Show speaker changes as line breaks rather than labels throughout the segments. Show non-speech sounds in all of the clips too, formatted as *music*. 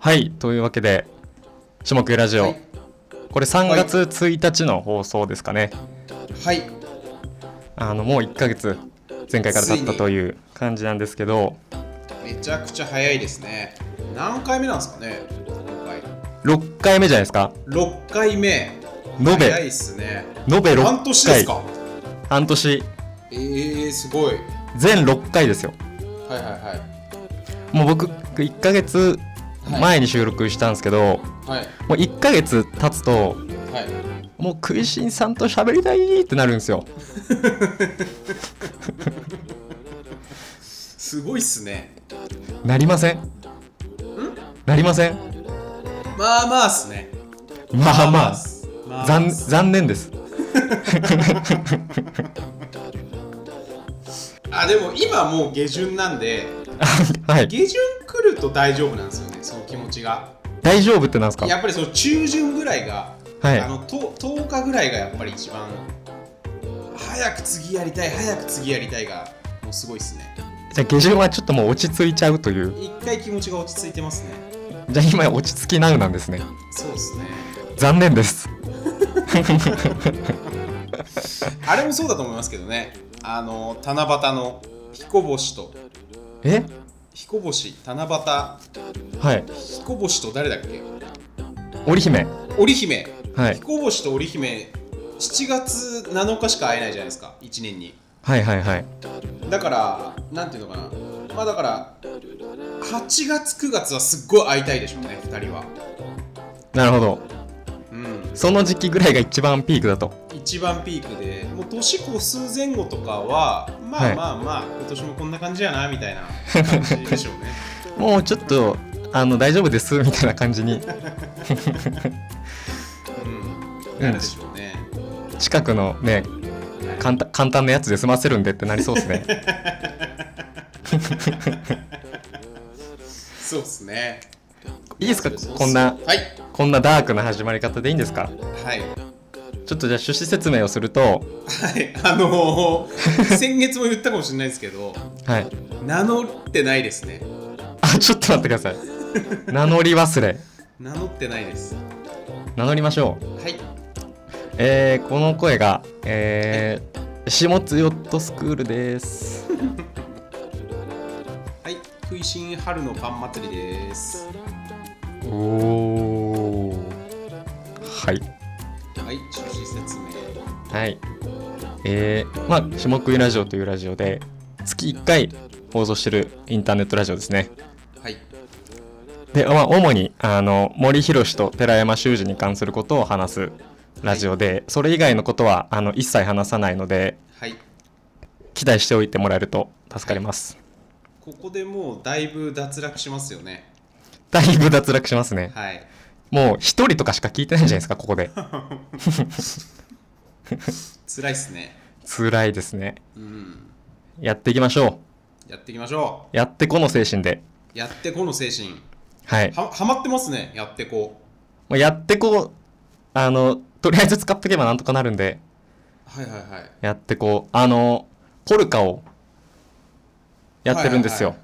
はい、というわけで、種目ラジオ、
はい
これ3月1日の放送ですかね。
はい
あのもう1ヶ月、前回から経ったという感じなんですけど、
めちゃくちゃ早いですね何回目なんですかね今回
6回目じゃないですか。
6回目
延
早い
べ、
っすね
延べ6回。
半年ですか
半年
えー、すごいはい
全6回ですよ。
はいはい
もう僕、1ヶ月前に収録したんですけど、
はい
もう1ヶ月経つと、
はい
もう食いしんさんと喋りたいってなるんですよ。
すごいっすね
なりませんなりません
まあまあっすね
まあま
ま
あ
あ
残
残
残念です
あでも今もう下旬なんで
はい
下旬来ると大丈夫なんですよねその気持ちが
大丈夫ってなんですか
やっぱりその中旬ぐらいが、
はい
あのと10日ぐらいがやっぱり一番早く次やりたい早く次やりたいがもうすごいっすね
じゃあ下旬はちょっともう落ち着いちゃうという
一回気持ちが落ち着いてますね
じゃあ今落ち着きなうなんですね
そうっすね
残念です
あれもそうだと思いますけどねあの七夕の彦星と
え
彦星七
はい
夕彦星と誰だっけ
織姫
織姫
はい
彦星と織姫7月7日しか会えないじゃないですか1年に
はいはいはい
だからなんていうのかなまあだから8月9月はすっごい会いたいでしょうね2人は
なるほど
うん
その時期ぐらいが一番ピークだと
一番ピークでもう年越す前後とかはま
は
あ
い
まあまあ、今年もこんな感じやなみたいな感じでしょうね
*laughs* もうちょっとあの大丈夫ですみたいな感じに
うんなるでしょうね、
近くのね簡単簡単なやつで済ませるんでってなりそうですね
*laughs* そうっすね
いいですかこんな
はい
こんなダークな始まり方でいいんですか
はい
ちょっとじゃあ趣旨説明をすると
はい *laughs* あ
*laughs*
のー先月も言ったかもしれないですけど
はい
名乗ってないですね
あちょっと待ってください名乗り忘れ
名乗ってないですは
名乗りましょう
い
えー、この声がえー、下津ヨットスクールです
はい食いしん春のパン祭りです
おおはい
はい、趣旨説明。
はいえー、まあ「下食いラジオ」というラジオで月1回放送してるインターネットラジオですね
はい、
で、まあ、主にあの森博と寺山修司に関することを話すラジオで、それ以外のことはあの一切話さないので
はい。
期待しておいてもらえると助かります、
ここでもうだいぶ脱落しますよね。
だいぶ脱落しますね
はい。
もう一人とかしか聞いてないじゃないですかここで
辛いっすね。
辛いですね
うん。
やっていきましょ
やっていきましょ
うやってこの精神で
う。やってこの精神。
はい
は、はまってますね。やってこ。
もうやってこうあのとりあえず使っとけばなんとかなるんで
はいはいはい。
やってこうあのポルカをやってるんですよ、
はい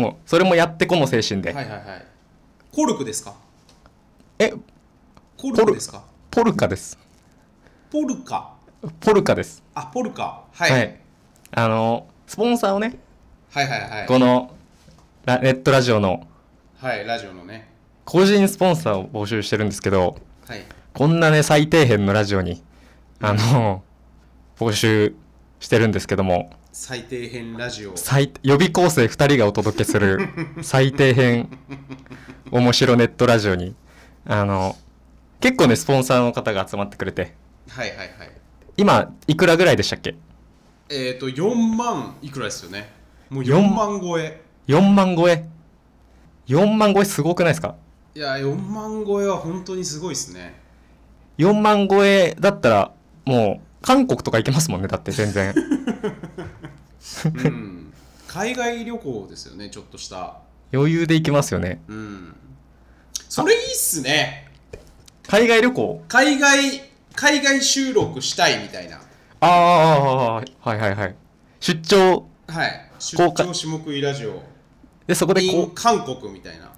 もうそれもやってこの精神で、
はいはいはい。コルクですか
え
コルクですか
ポルカです
ポルカ。
ポルカです。
あ、ポルカ。はい。はい、
あの、スポンサーをね、
はいはいは
このラネットラジオの
い。はい、ラジオのね。
個人スポンサーを募集してるんですけど、
はい。
こんなね、最底辺のラジオに、あの、募集してるんですけども、
最底辺ラジオ。
最予備校生2人がお届けする最底辺面白ネットラジオに、あの、結構ね、スポンサーの方が集まってくれて、
はいはいはい。
今、いくらぐらいでしたっけ
えっ、ー、と、4万いくらですよね。もう
4
4万超え。
?4 万超え ?4 万超えすごくないですか
いや、4万超えは本当にすごいですね。
4万超えだったらもう韓国とか行けますもんねだって全然
うん。海外旅行ですよね、ちょっとした。
余裕で行けますよね
うん。それいいっすね。
海外旅行
海外、海外収録したいみたいな。
ああはいはいはい出張
はい。出
公開
張下食いラジオ。
でそこで
in
こう
韓国みたいな。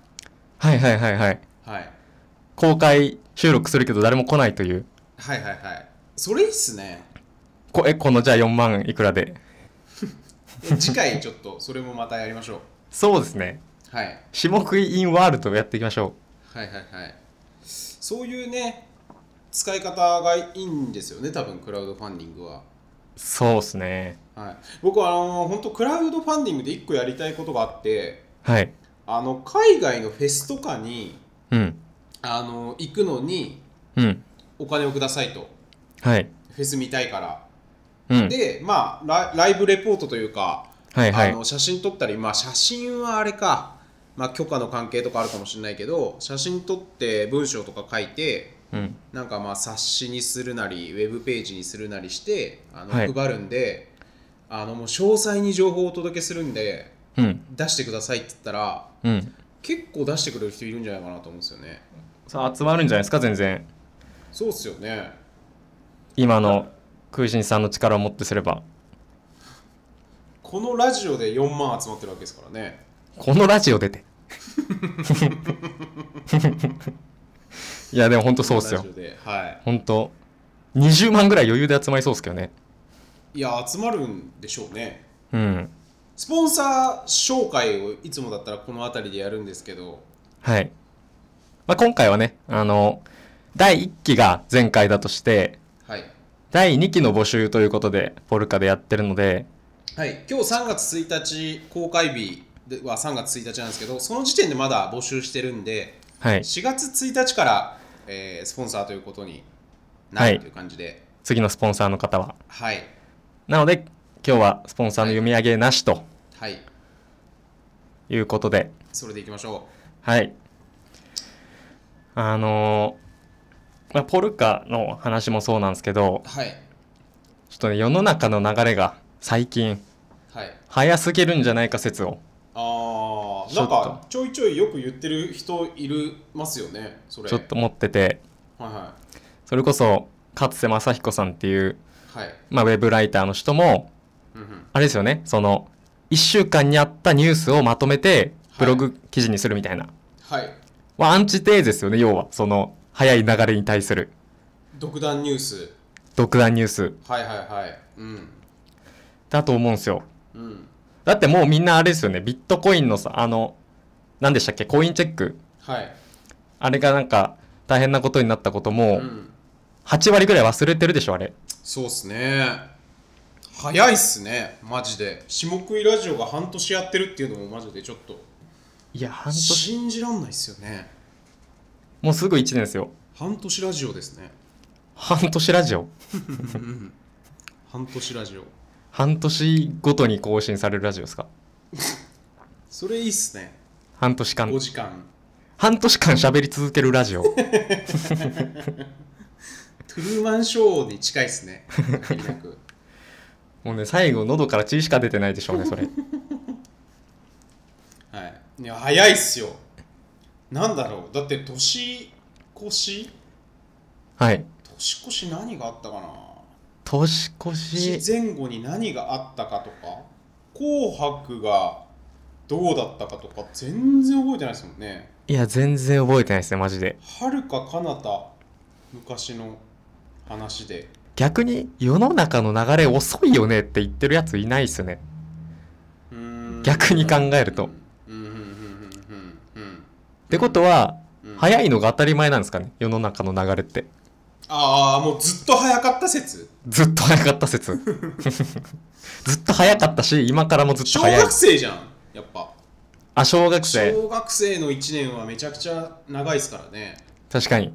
はいはいはいはい。
はい
公開収録するけど誰も来ないという。
はいはいはいそれいいっ
*laughs*
すね
こえ、このじゃあ4万いくらで。
え次回ちょっとそれもまたやりましょう
そうですね。
はい
下食いインワールドをやっていきましょ
はいはいはいそういうね使い方がいいんですよね多分クラウドファンディングは
う。そうですね。
はい僕はあの本当クラウドファンディングで一個やりたいことがあって
はい。
あの海外のフェスとかに
うん。
あの行くのに
うん。
お金をくださいと
はい。
フェス見たいから、
うん。
でまあライライブレポートというか、
はいは
あ
い
の。写真撮ったりまあ写真はあれか、まあ、許可の関係とかあるかもしれないけど写真撮って文章とか書いて
うん。
なんかまあ冊子にするなりウェブページにするなりしてあの
はい
配るんで、あのもう詳細に情報をお届けするんで
うん。
出してくださいって言ったら
うん。
結構出してくれる人いるんじゃないかなと思うんですよね
さあ集まるんじゃないですか、全然。
そうっすよね
今の空心さんの力をもってすれば。
このラジオで4万集まってるわけですからね
このラジオ出
*laughs*
て。いや、でも本当そうっすよ
こ。のラジオでは
本当20万ぐらい余裕で集まりそうっすけどね。
いいや集まるんでしょうね
うん。
スポンサー紹介をいつもだったらこの辺りでやるんですけど
はい。まあ、今回はね、あの、第1期が前回だとして、
はい
第2期の募集ということで、ポルカでやってるので、
はい、今日3月1日公開日では3月1日なんですけどその時点でまだ募集してるんで
はい。
4月1日から、えースポンサーということにな
はい
るという感じで
次のスポンサーの方は。
はい
なので、今日はスポンサーの読み上げなしと
はい、
いうことで、
それでいきましょ
はい。あのーまあ、ポルカの話もそうなんですけど
う、はい
ちょっとね、世の中の流れが最近、
はい
早すぎるんじゃないか説を。
あー
ちょ
な
っと
んかちょいちょいよく言ってる人いるますよねそれ
ちょっと持ってて、
はいは
それこそ、勝瀬正彦さんっていう、
いはい
まあ、ウェブライターの人も、
うんうん
あれですよね、その、1週間にあったニュースをまとめて、ブログ記事にするみたいな。
はい
まあ、アンチテーゼですよね、要は。その、早い流れに対する、
独断ニュース
独断ニュース
はいはいはいうん
だと思うんですよ。
うん
だってもうみんなあれですよね、ビットコインのさ、あの、何でしたっけ、コインチェック。
はい
あれがなんか、大変なことになったこと
う
も、
ん
8割ぐらい忘れてるでしょ、あれ。
そうっすね早いっすねマジで下食いラジオが半年やってるっていうのもマジでちょっと
いや、半年。
信じらんないっすよね
もうすぐ1年ですよ。
半年ラジオですね
半年ラジオ。
半年ラジオ
半年ごとに更新されるラジオですか。
それいいっすね
半年間
5。時間
半年間喋り続けるラジオ。
トゥルーマンショーに近いっすね限りなく *laughs*
もうね、最後、喉から血しか出てないでしょうね、それ。
はいいや早いっすよなんだろうだって年越し
はい。
年越し何があったかな
年越し。
前後に何があったかとか「紅白」がどうだったかとか全然覚えてないですもんね
いや、全然覚えてないですね、マジで。
はるか彼方昔の話で
逆に、世の中の流れ遅いよねって言ってるやついないっすね。
うーん
逆に考えると
うんうんうんうんうん
ってことは、
うんうん
早いのが当たり前なんですかね世の中の流れって
ああもうずっと早かった説
ずっと早かった説 *laughs* ずっと早かったし今からもずっと
小
早い
学生じゃんやっぱ
あ小学生
小学生の1年はめちゃくちゃ長いですからね
確かに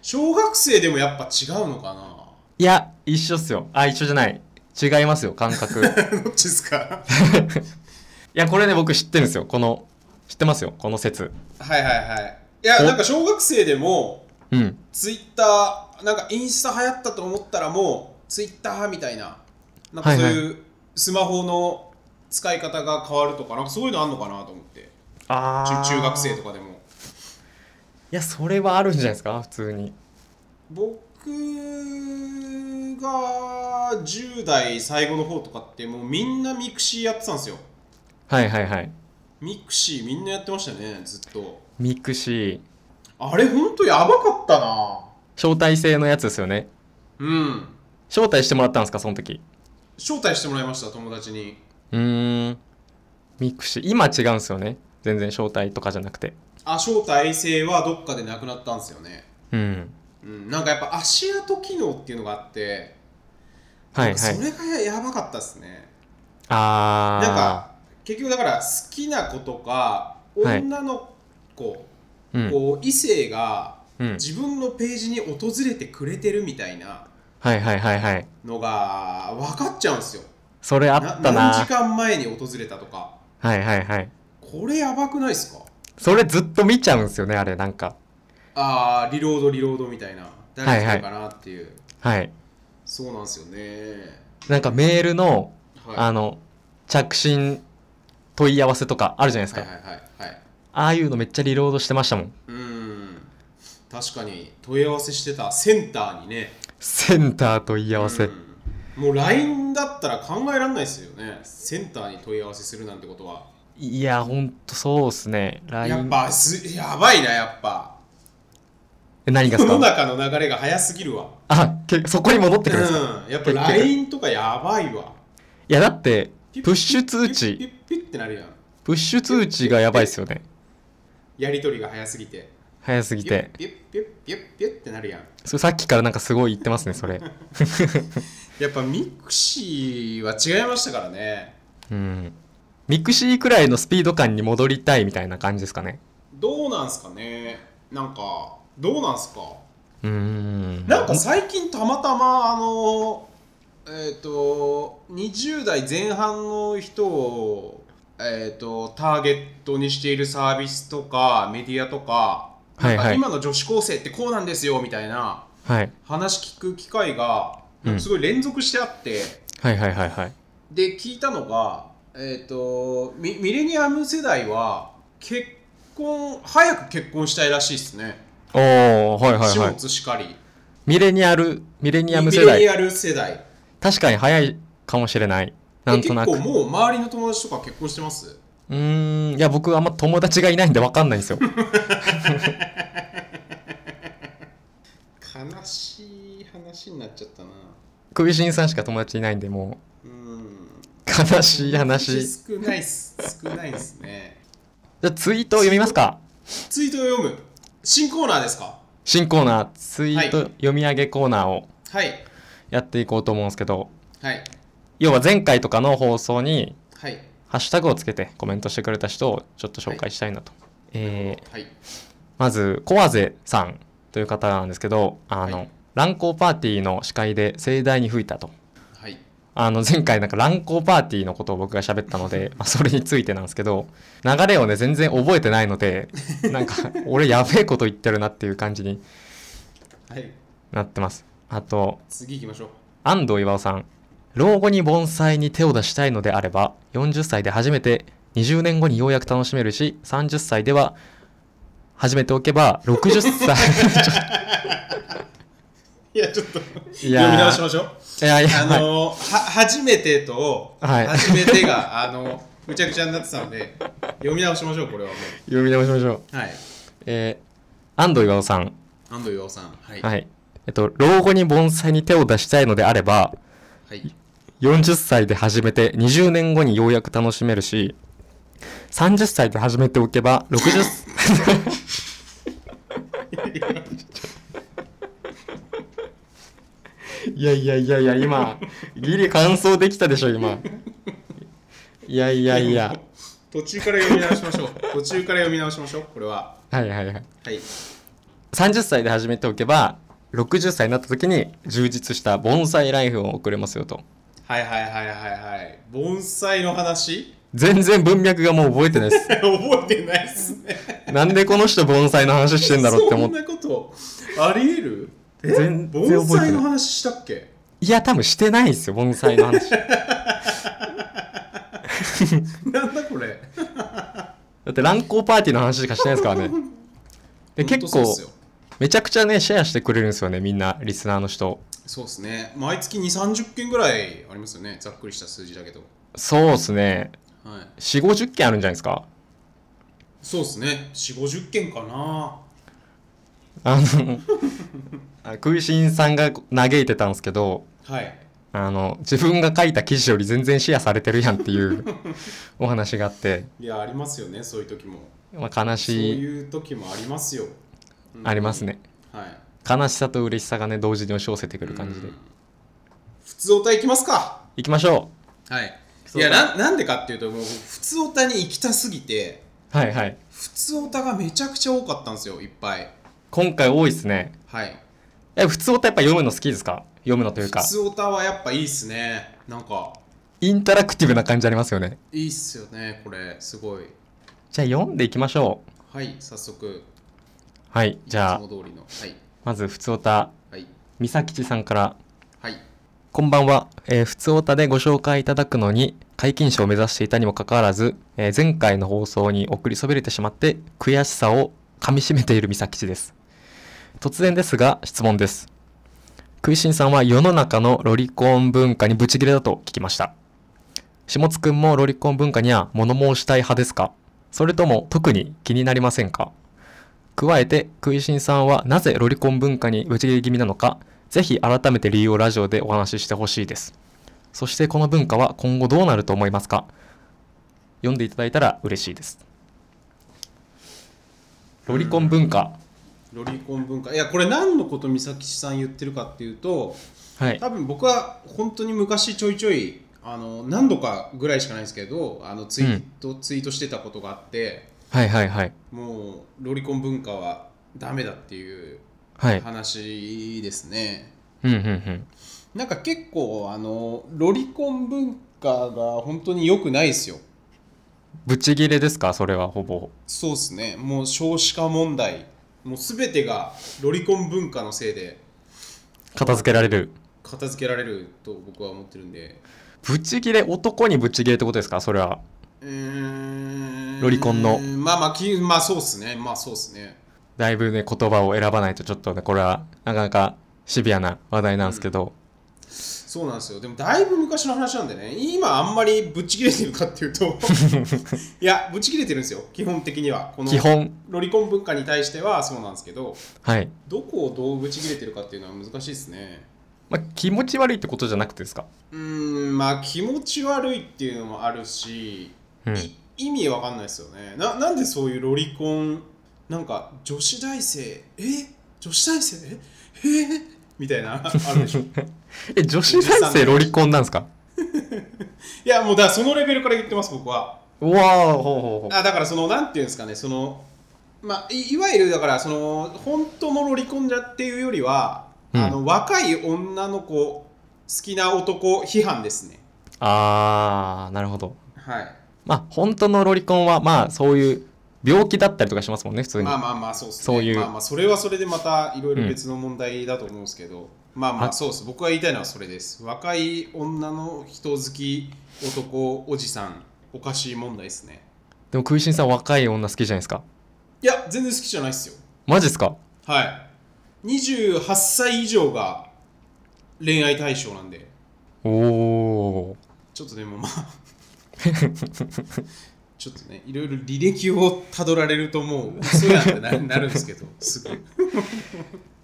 小学生でもやっぱ違うのかない
や一緒っすよあ一緒じゃない違いますよ感覚い
どっちですか
やこれね僕知ってるんですよこの知ってますよこの説
はいはいはいいや
お
なんか小学生でも
うん
ツイッターなんかインスタ流行ったと思ったらもうツイッターみたいななんかそう
は
いうスマホの使い方が変わるとかなんかそういうのあんのかなと思って
あ
中中学生
い
とかでも
やそれはあるんじゃないですか普通に
僕が10代最後の方とかってもうみんなミクシーやってたんですよ
はいはいはい
ミクシーみんなやってましたねずっと
ミクシー
あれほんとやばかったな
招待制のやつですよね
うん
招待してもらったんですかその時
招待してもらいました友達に
うーんミクシー今違うんですよね全然招待とかじゃなくて
あ招待制はどっかでなくなったんですよね
うん
うんなんかやっぱ足跡機能っていうのがあって
はいはい
それがやばかったですね
あー
なんか結局だから好きな子とか
はい
女の子、
うん
こう異性が
うん
自分のページに訪れてくれてるみたいな
はいはいはいはい
のが分かっちゃうんですよ
それあ
な
ったな
何時間前に訪れたとか
はいはいはい
これやばくないですか
それずっと見ちゃうんですよねあれなんか
ああリロードリロードみたいな誰来たかなっていう、
はい
そうなんですよね
なんかメールの、
はい
あの着信問い合わせとかあるじゃないですか、
はいはいはいはい
ああいうのめっちゃリロードしてましたもん
うーん確かに問い合わせしてたセンターにね
センター問い合わせ、
うんもう LINE だったら考えられないですよねセンターに問い合わせするなんてことはい
やほんとそうっすね
やっ
LINE
ぱすやばいなやっぱ
え何がで
世
す
の
か
中の流れが早すぎるわ
あけそこに戻ってくるんですか、い
うんやっぱ
結局
LINE とかやばいわ
やだって
ピュ
プッシュ通
ピュ
知
ッピュッピュッってなるやん
プッシュ通知がやばいっすよね
やり取りが早すぎて
早すぎ
ピュッ
て
ピュッピュッピュッピュッってなるやん
それさっきからなんかすごい言ってますねそれ
やっぱミクシーは違いましたからね
うんミクシーくらいのスピード感に戻りたいみたいな感じですかね
どうなんすかねなんかどうなんすか
うーん
なんか最近たまたまあのえっ、と20代前半の人をえっ、とターゲットにしているサービスとかメディアとか,、
はいはい
今の女子高生ってこうなんですよみたいな
はい
話聞く機会が
うん
すごい連続してあって、
はいはいはいはい
で聞いたのがえっ、とミミレニアム世代は結婚早く結婚したいらしいですね、
おおはいはいはい
始末しかり
ミレニアルミレニアム世
ミレニ
代
アル世代
確かに早いかもしれないなんとなく
え結構もう周りの友達とか結婚してます
うーんいや僕あんま友達がいないんで分かんないん
*laughs*
ですよ
悲しい話になっちゃったな
クビシンさんしか友達いないんでも
うん
う悲しい話じ
少ないっす少ないっすね
ゃあツイートを読みますか
ツイートを読む新コーナーですか
新コーナーツイート
はい
読み上げコーナーを
はい
やっていこうと思うんですけど、
はい
要は前回とかの放送に
はい
ハッシュタグをつけてコメントしてくれた人をちょっと紹介したいなと、えー
はい
まずコアゼさんという方なんですけどあの、
はい
乱交パーティーの司会で盛大に吹いたと
はい
あの前回なんか乱交パーティーのことを僕が喋ったの
*laughs*
で、まあ、それについてなんですけど流れをね全然覚えてないの
*laughs*
でなんか俺やべえこと言ってるなっていう感じに
はい
なってますあと
次行きましょう
安藤岩尾さん老後に盆栽に手を出したいのであれば40歳で初めて20年後にようやく楽しめるし30歳では始めておけば60歳
*laughs* いやちょっと
い
読み
や
直し
ー
ましょう
いやいや
あ
はい
のは初めてと、
はい
初めてがあのぐちゃぐちゃになってたので読み直しましょうこれはも
読み直しましょう
うはい
えー安藤岩尾さん
安藤洋さんはいは、
はいいえっと老後に盆栽に手を出したいのであれば40歳で始めて20年後にようやく楽しめるし30歳で始めておけば60歳いやいやいやいや今ギリ完走できたでしょ今いやいやいや
途中から読み直しましょう *laughs* 途中から読み直しましょうこれは
はいはいはい
はい
30歳で始めておけば60歳になった時に充実した盆栽ライフを送れますよと
はいはいはいはいはい盆栽の話 *laughs*
全然文脈がもう覚えてないです
覚えてないっすね
なんでこの人盆栽の話してんだろうって思っ
そん
て
なことありえるえ
全然覚えてない
盆栽の話したっけ
いや多分してないですよ盆栽の
*laughs*
話だ
なんだこれ
って乱交パーティーの話しかしてないです
*laughs*
からねで
ほん
結
とそうっ
構
すよ
めちゃくちゃねシェアしてくれるんですよねみんなリスナーの人
そうですね毎月2 3 0件ぐらいありますよねざっくりした数字だけど
そうですね
はい
4 5 0件あるんじゃないですか
そうですね4 5 0件かな
あ
*laughs*
のあ食いしんさんが嘆いてたんですけど
はい
あの自分が書いた記事より全然シェアされてるやんっていう
*laughs*
お話があって、
いやありますよねそういう時も
まあ、悲
そう
しい
いう時もありますよ
あります
ね
ね
はい
悲しさと嬉しさがね同時に押し寄せてくる感じで
うん普通おたいきますか
いきましょ
はい
普通
い
オタ
やななんでかっていうともう普通おたに行きたすぎて
うはいはい
普通おたがめちゃくちゃ多かったんですよいっぱい
今回多いですね
はい
え普通ってやっぱ読むの好きですか読むのという
普
か
通おたはやっぱいいっすねなんか
インタラクティブな感じありますよね
いいっすよねこれすごい
じゃあ読んでいきましょう
はい早速
はいじゃあ
いつも通りのはい
まず普通おた
はい
三崎地さんから
はい
こんばんは、えー、普通おたでご紹介いただくのに解禁賞を目指していたにもかかわらず、えー前回の放送に送りそびれてしまって悔しさをかみしめている三崎地です突然ですが質問です食いしんさんは世の中のロリコン文化にブチギレだと聞きました下津くんもロリコン文化には物申したい派ですかそれとも特に気になりませんか加えて食いしんさんはなぜロリコン文化にぶち切れ気味なのかぜひ改めて理由をラジオでお話ししてほしいですそしてこの文化は今後どうなると思いますか読んでいただいたら嬉しいですロリコン文化
ロリコン文化いやこれ何のこと美咲さん言ってるかっていうと
はい
多分僕は本当に昔ちょいちょいあの何度かぐらいしかないんですけどあのツイート、ツイートしてたことがあって
はいはいはい
もうロリコン文化はダメだっていう
はい
話ですね、
うんうんうん
なんか結構あのロリコン文化が本当に良くないですよ
ブチギレですかそれはほぼ
そうですねもう少子化問題もう全てがロリコン文化のせいで
片付けられる
片付けられると僕は思ってるんで
ブチギレ男にブチギレってことですかそれは
うーん
ロリコンの
まあまあきまあそうっすねまあそうっすね
だいぶね言葉を選ばないとちょっとねこれはなかなかシビアな話題なんですけど、
そうなんですよでもだいぶ昔の話なんでね今あんまりぶっちぎれてるかってい
*laughs*
うといやぶっちぎれてるんですよ基本的にはこの
基本
ロリコン文化に対してはそうなんですけど
はい、
どこをどうぶち切れてるかっていうのは難しいですね
まあ、気持ち悪いってことじゃなくてですか
うーんまあ気持ち悪いっていうのもあるし、
うん
い意味わかんないですよねななんでそういうロリコンなんか女子大生え女子大生ええみたいなある
*laughs*
でしょい
え女子大生ロリコンなんですか
やもうだからそのレベルから言ってます僕は
うわあほうほうほう
あだからそのなんていうんですかねそのまあいいわゆるだからその本当のロリコンだっていうよりは、
うん
あの若い女の子好きな男批判ですね
あーなるほど
はい
まあ本当のロリコンはまあそういう病気だったりとかしますもんね普通に、
まあまあまあそうですね
そういう
まあまあそれはそれでまたいろいろ別の問題だと思うんですけど、まあま
あ
あそうです僕が言いたいのはそれです若い女の人好き男おじさんおかしい問題ですね
でも食いしんさん若い女好きじゃないですか
いや全然好きじゃないですよ
マジですか
はい28歳以上が恋愛対象なんで
おお
ちょっとでも
*laughs*
まあちょっとねいろいろ履歴をたどられるともう嘘やんってななるんですけどすぐ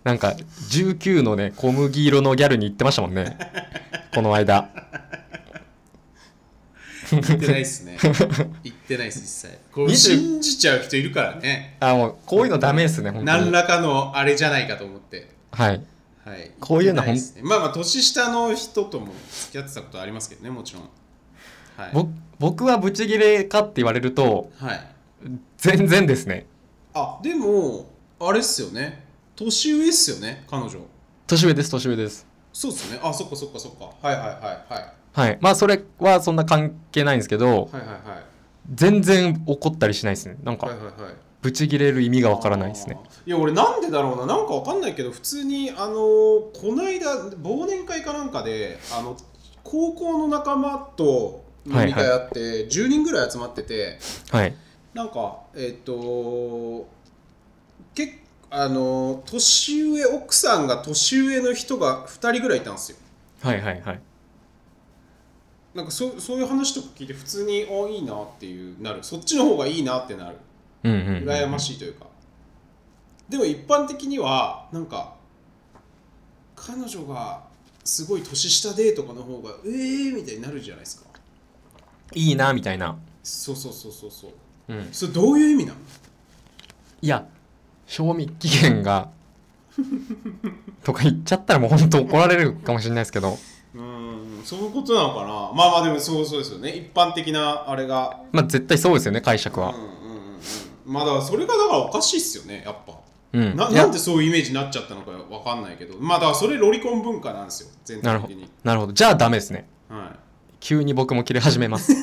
なんか19のね小麦色のギャルに言ってましたもん *laughs* ねこの間
行ってない
*laughs*
っすね行ってないっす実際こう
20
信じちゃう人いるからね
あもうこういうのダメですね本当
何
に
らかのあれじゃないかと思って
はい
はい
こういうの
行ってないっすねまあまあ年下の人とも付き合ってたことありますけどねもちろんはい、
ぼ僕はブチギレかって言われると
はい、
全然ですね
あでもあれっすよね年上っすよね彼女
年上です年上です
そうっすよねあそっかそっかそっかはいはいはいはい
はいまあそれはそんな関係ないんですけど
はいはいはい
全然怒ったりしないですねなん
はい
か
はいはい
ブチギレる意味がわからないですね
あーいや俺なんでだろうななんかわかんないけど普通にあのーこの間忘年会かなんかであの高校の仲間と飲み会あって、10人ぐらい集まってて
はい
なんかえっ、とけあのー年上奥さんが年上の人が2人ぐらいいたんですよ
はいはいはい
なんかそそういう話とか聞いて普通にあいいなっていうなるそっちの方がいいなってなる
うんうんうん
羨ましいというか、でも一般的にはなんか彼女がすごい年下でとかの方がえーみたいになるじゃないですか
いいなみたいな、
そうそうそうそうそう
うん、
それどういう意味なの
いや賞味期限が *laughs* とか言っちゃったらもう本当怒られるかもしれないですけど
うーんそういうことなのかなまあまあでもそうそうですよね一般的なあれが
まあ絶対そうですよね解釈
うんう
は
んうんうんまあだからそれがだからおかしいっすよねやっぱ
うん
ない
や
なんでそういうイメージになっちゃったのかわかんないけどまあだからそれロリコン文化なんですよ全
な
体
るほど
的に
なるほどじゃあダメですね
はい
急に僕も切れ始めます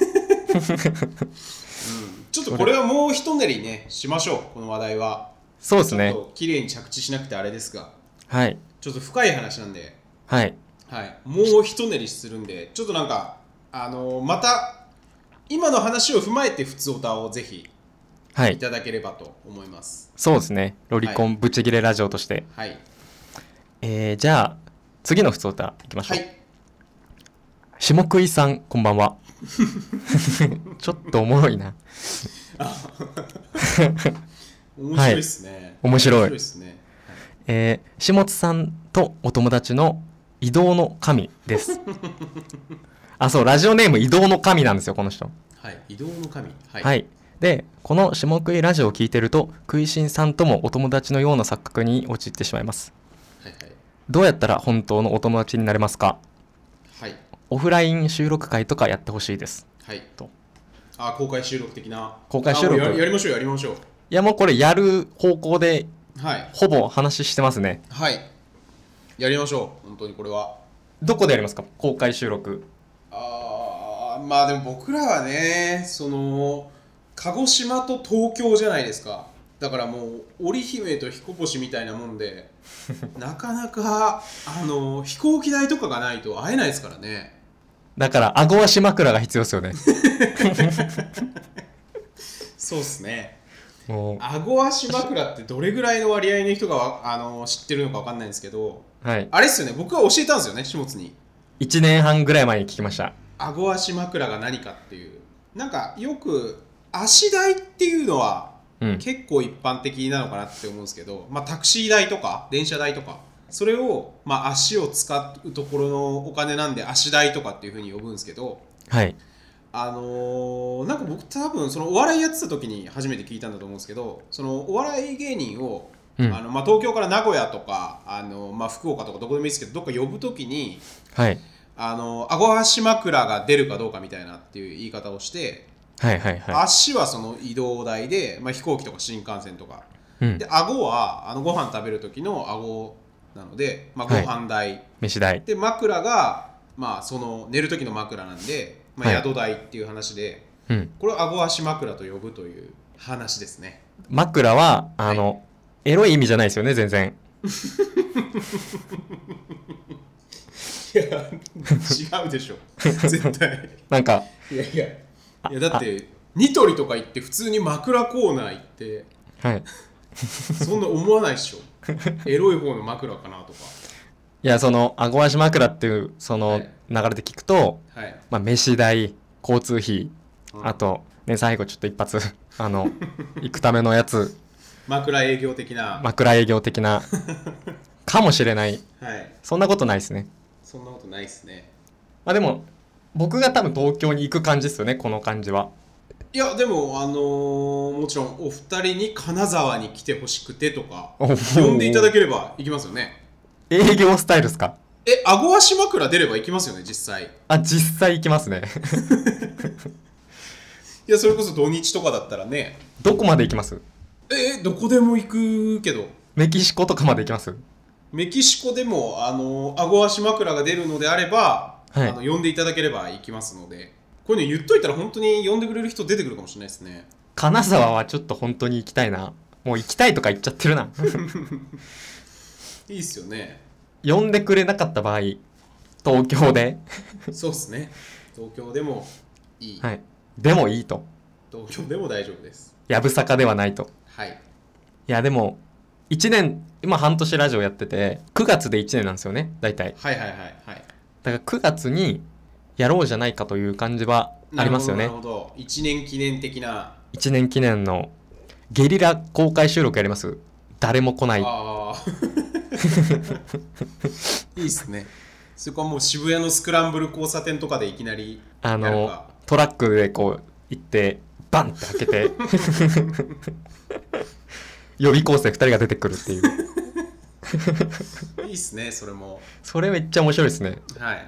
うんちょっとこれはもうひと練りねしましょうこの話題は
*laughs* そうですね
ちょっと綺麗に着地しなくてあれですが
はい
ちょっと深い話なんで、
はい
はい、もうひと練りするんでちょっとなんかあのーまた今の話を踏まえて普通オタをぜひ
はいい
ただければと思います
そうですねロリコンブチギレラジオとして、
はい
えー、じゃあ次の普通歌いきましょ
は
う、
い
下食いさんこんばん
*laughs*
はちょっとおもろいな
面白いっすね、
面白い
っすね
えー、下津さんとお友達の移動の神です
*laughs*
あそうラジオネーム移動の神なんですよこの人
はい移動の神はい、
はい、でこの下食いラジオを聞いてると食いしんさんともお友達のような錯覚に陥ってしまいます
はいはい
どうやったら本当のお友達になれますか
はい
オフライン収録会とかやってほしいです
はい
と
あ公開収録的な
公開収録
あもうややりましょうやりましょ
いやもうこれやる方向で
うはい
ほぼ話してますね
はいやりましょう本当にこれは
どこでやりますか公開収録
あーまあでも僕らはねその鹿児島と東京じゃないですかだからもう織姫と彦星みたいなもん *laughs* でなかなかあの飛行機代とかがないと会えないですからね
だから顎足枕が必要です *laughs* よね
そうっすね
もう
顎足枕ってどれぐらいの割合の人がわあの知ってるのかわかんないんですけど
はい
あれっすよね僕は教えたんですよね下津に
1年半ぐらい前に聞きました
顎足枕が何かっていうなんかよく足代っていうのは
うん
結構一般的なのかなって思うんですけど、まあ、タクシー代とか電車代とかそれを、まあ、足を使うところのお金なんで足代とかっていうふうに呼ぶんですけど
はい
あのーなんか僕多分そのお笑いやってた時に初めて聞いたんだと思うんですけどそのお笑い芸人を、
うん
あのまあ、東京から名古屋とか、あのまあ、福岡とかどこでもいいですけどどっか呼ぶ時に
はい
あの顎足枕が出るかどうかみたいなっていう言い方をして、
はいはいは
足はその移動代で、まあ、飛行機とか新幹線とか
い、うん
で、顎はあのご飯食べる時の顎なので、まあ、ご
はい
飯代、
飯代
で枕が、まあ、その寝る時の枕なんで、まあ、
はい
宿代っていう話で、
うん
これを顎足枕と呼ぶという話です
*laughs*
ね
枕はあの、エロい意味じゃないですよね全然
いや違うでしょ絶対
なんか
いやいやいやだってニトリとか行って普通に枕コーナー行って
はい
そんな思わないでしょエロい方の枕かなとか
いやその顎足枕っていうそ
は
の流
い
れで聞くと、
はい、
まあ、飯代交通費
うん
あと、ね、最後ちょっと一発 *laughs* あの行くためのやつ
枕営業的な、
枕営業的 *laughs* なかもしれない
はい
そんなことないですね
そんなことないですね
まあでも僕が多分東京に行く感じですよねこの感じはい
やでもあのーもちろんお二人に金沢に来てほしくてとか
おー
呼んでいただければ行きますよね
営業スタイルですか
え顎足枕出れば行きますよね実際い
あ実際行きますね *laughs*
やそれこそ土日とかだったらね
どこまで行きます
えどこでも行くけど
メキシコとかまで行きます
メキシコでもあのー顎足枕が出るのであれば、
はい
あの呼んでいただければ行きますのでこういうの言っといたら本当に呼んでくれる人出てくるかもしれないですね
金沢はちょっと本当に行きたいなもう行きたいとか言っちゃってるな *laughs*
いいっすよ *laughs* ね
呼んでくれなかった場合東京で、
そうっすね東京でもいい、
はい、でもいいと
東京でも大丈夫です
やぶさかではないと
はい
いやでも1年今半年ラジオやってて9月で1年なんですよね大体
はいはいはいはい
だから9月にやろうじゃないかという感じはありますよ
な
ね
るほどなるほど1年記念的な
1年記念のゲリラ公開収録やります誰も来ない
ああ *laughs* いいっすねそこはもう渋谷のスクランブル交差点とかでいきなり
あ
やる
の
か
トラックでこう行ってバンって開けて *laughs* 予備校生2人が出てくるっていう
いいっすねそれも
それめっちゃ面白いですね
はい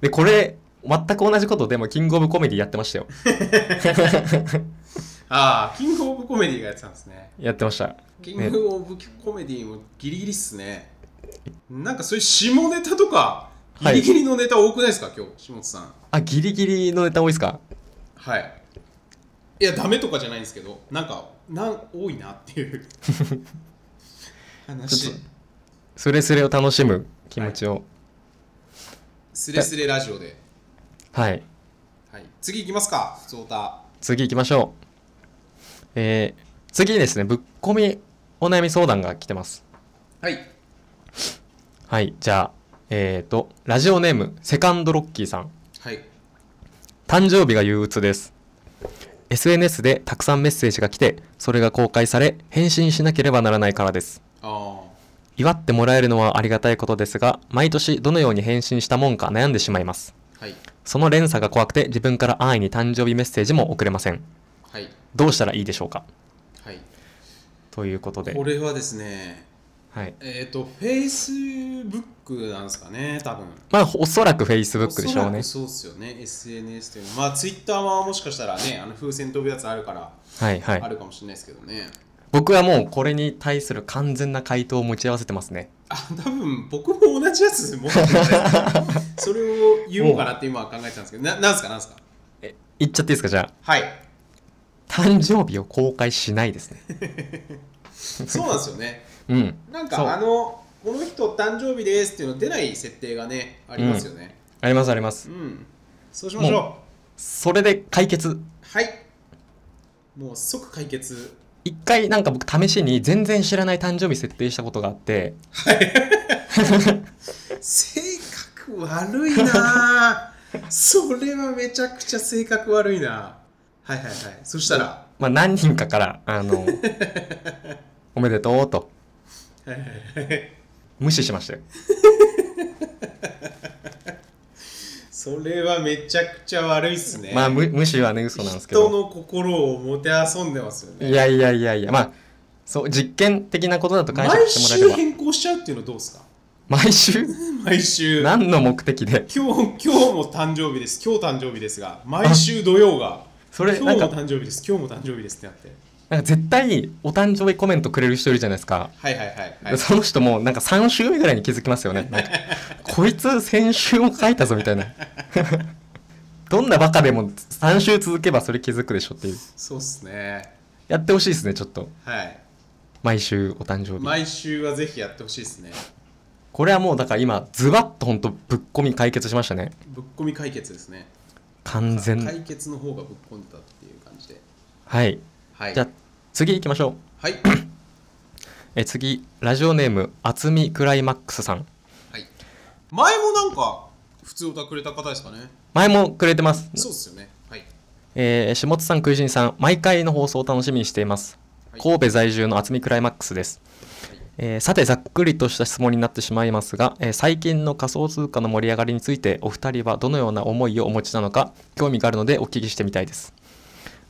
でこれ全く同じことでもキングオブコメディやってましたよ
ああキングオブコメディがやってたんですね
やってました
キングオブコメディもギリギリっすねなんかそういう下ネタとかギリギリのネタ多くないですか、今日下本さん
あギリギリのネタ多いですか
はいいやダメとかじゃないんですけどなんかなん多いなっ
*laughs*
ていう
ち
話
ょっとスレスレを楽しむ気持ちを
スレスレラジオで、
はい、
はい、次行きますかゾータ
次行きましょうえー、次にですねぶっこみお悩み相談が来てます
はい
はいじゃあえっ、とラジオネームセカンドロッキーさん
はい
誕生日が憂鬱です SNS でたくさんメッセージが来てそれが公開され返信しなければならないからです
あ
祝ってもらえるのはありがたいことですが毎年どのように返信したもんか悩んでしまいます
あはい
その連鎖が怖くて自分から安易に誕生日メッセージも送れません
はい
どうしたらいいでしょうか
はい
ということで
これはですね
はい
えっ、とフェイスブックなんですかね多分
まあおそらく Facebook でし
おそ
ょう
ら
ね
くそうっすよね SNS というまあツイッターはもしかしたらねあの風船飛ぶやつあるから
はいは
あ
い
るかもしれないですけどね、
僕はもうこれに対する完全な回答を持ち合わせてますね
あ多分僕も同じやつ持ってるんじゃない
*laughs*
ですかそれを言おうかなって今は考えてたんですけどななんすかなんすか
言っちゃっていいですかじゃあ
はい
誕生日を公開しないですね
そうなんですよね
うん
なん
そう
かあのこの人誕生日ですっていうの出ない設定がねありますよね
ありますあります
うん、そうしましょ
もそれで解決
うはいもう即解決
一回なんか僕試しに全然知らない誕生日設定したことがあって
性格悪いな
*laughs*
ぁそれはめちゃくちゃ性格悪いなはいはいはいそしたらは
まあ何人かからあ *laughs* のおめでとうと
いはいはい
無視しましたよ
それはめちゃくちゃ悪いっすね
まあむ無視はね嘘なんですけ
人
ど
の心をもてあそんでますよね
いやいやいやいやまあそう実験的なことだと解釈
毎
してもら
週
えれば
変更しちゃうっていうのどうですか
*laughs* 毎週
毎週
何の目的で
今日今日も誕生日です今日誕生日ですが毎週土曜が
それ
今日
なん
も
か
誕生日です今日も誕生日ですってなって
なんか絶対にお誕生日コメントくれる人いるじゃないですか、
はいはいはいはい
その人もなんか3週目ぐらいに気づきますよ
*laughs*
ねなんかこいつ先週も書いたぞみたいな *laughs* どんなバカでも3週続けばそれ気づくでしょっていう
そうっすね
やってほしいですねちょっと
はい
毎週お誕生日
毎週はぜひやってほしいですね
これはもうだから今ズバッとほんとぶっ込み解決しましたね
ぶっ込み解決ですね
完全
解決の方がぶっ込んでたっていう感じで
はい
はい
じゃあ次行きましょう
はい
え次ラジオネーム厚みクライマックスさん
はい前もなんか普通歌くれた方ですかね
前もくれてます
そうっすよねはい
えー、下津さん、食いしんさん、毎回の放送を楽しみにしています。
はい
神戸在住の厚みクライマックスです。えーさて、ざっくりとした質問になってしまいますが、えー最近の仮想通貨の盛り上がりについて、お二人はどのような思いをお持ちなのか、興味があるのでお聞きしてみたいです。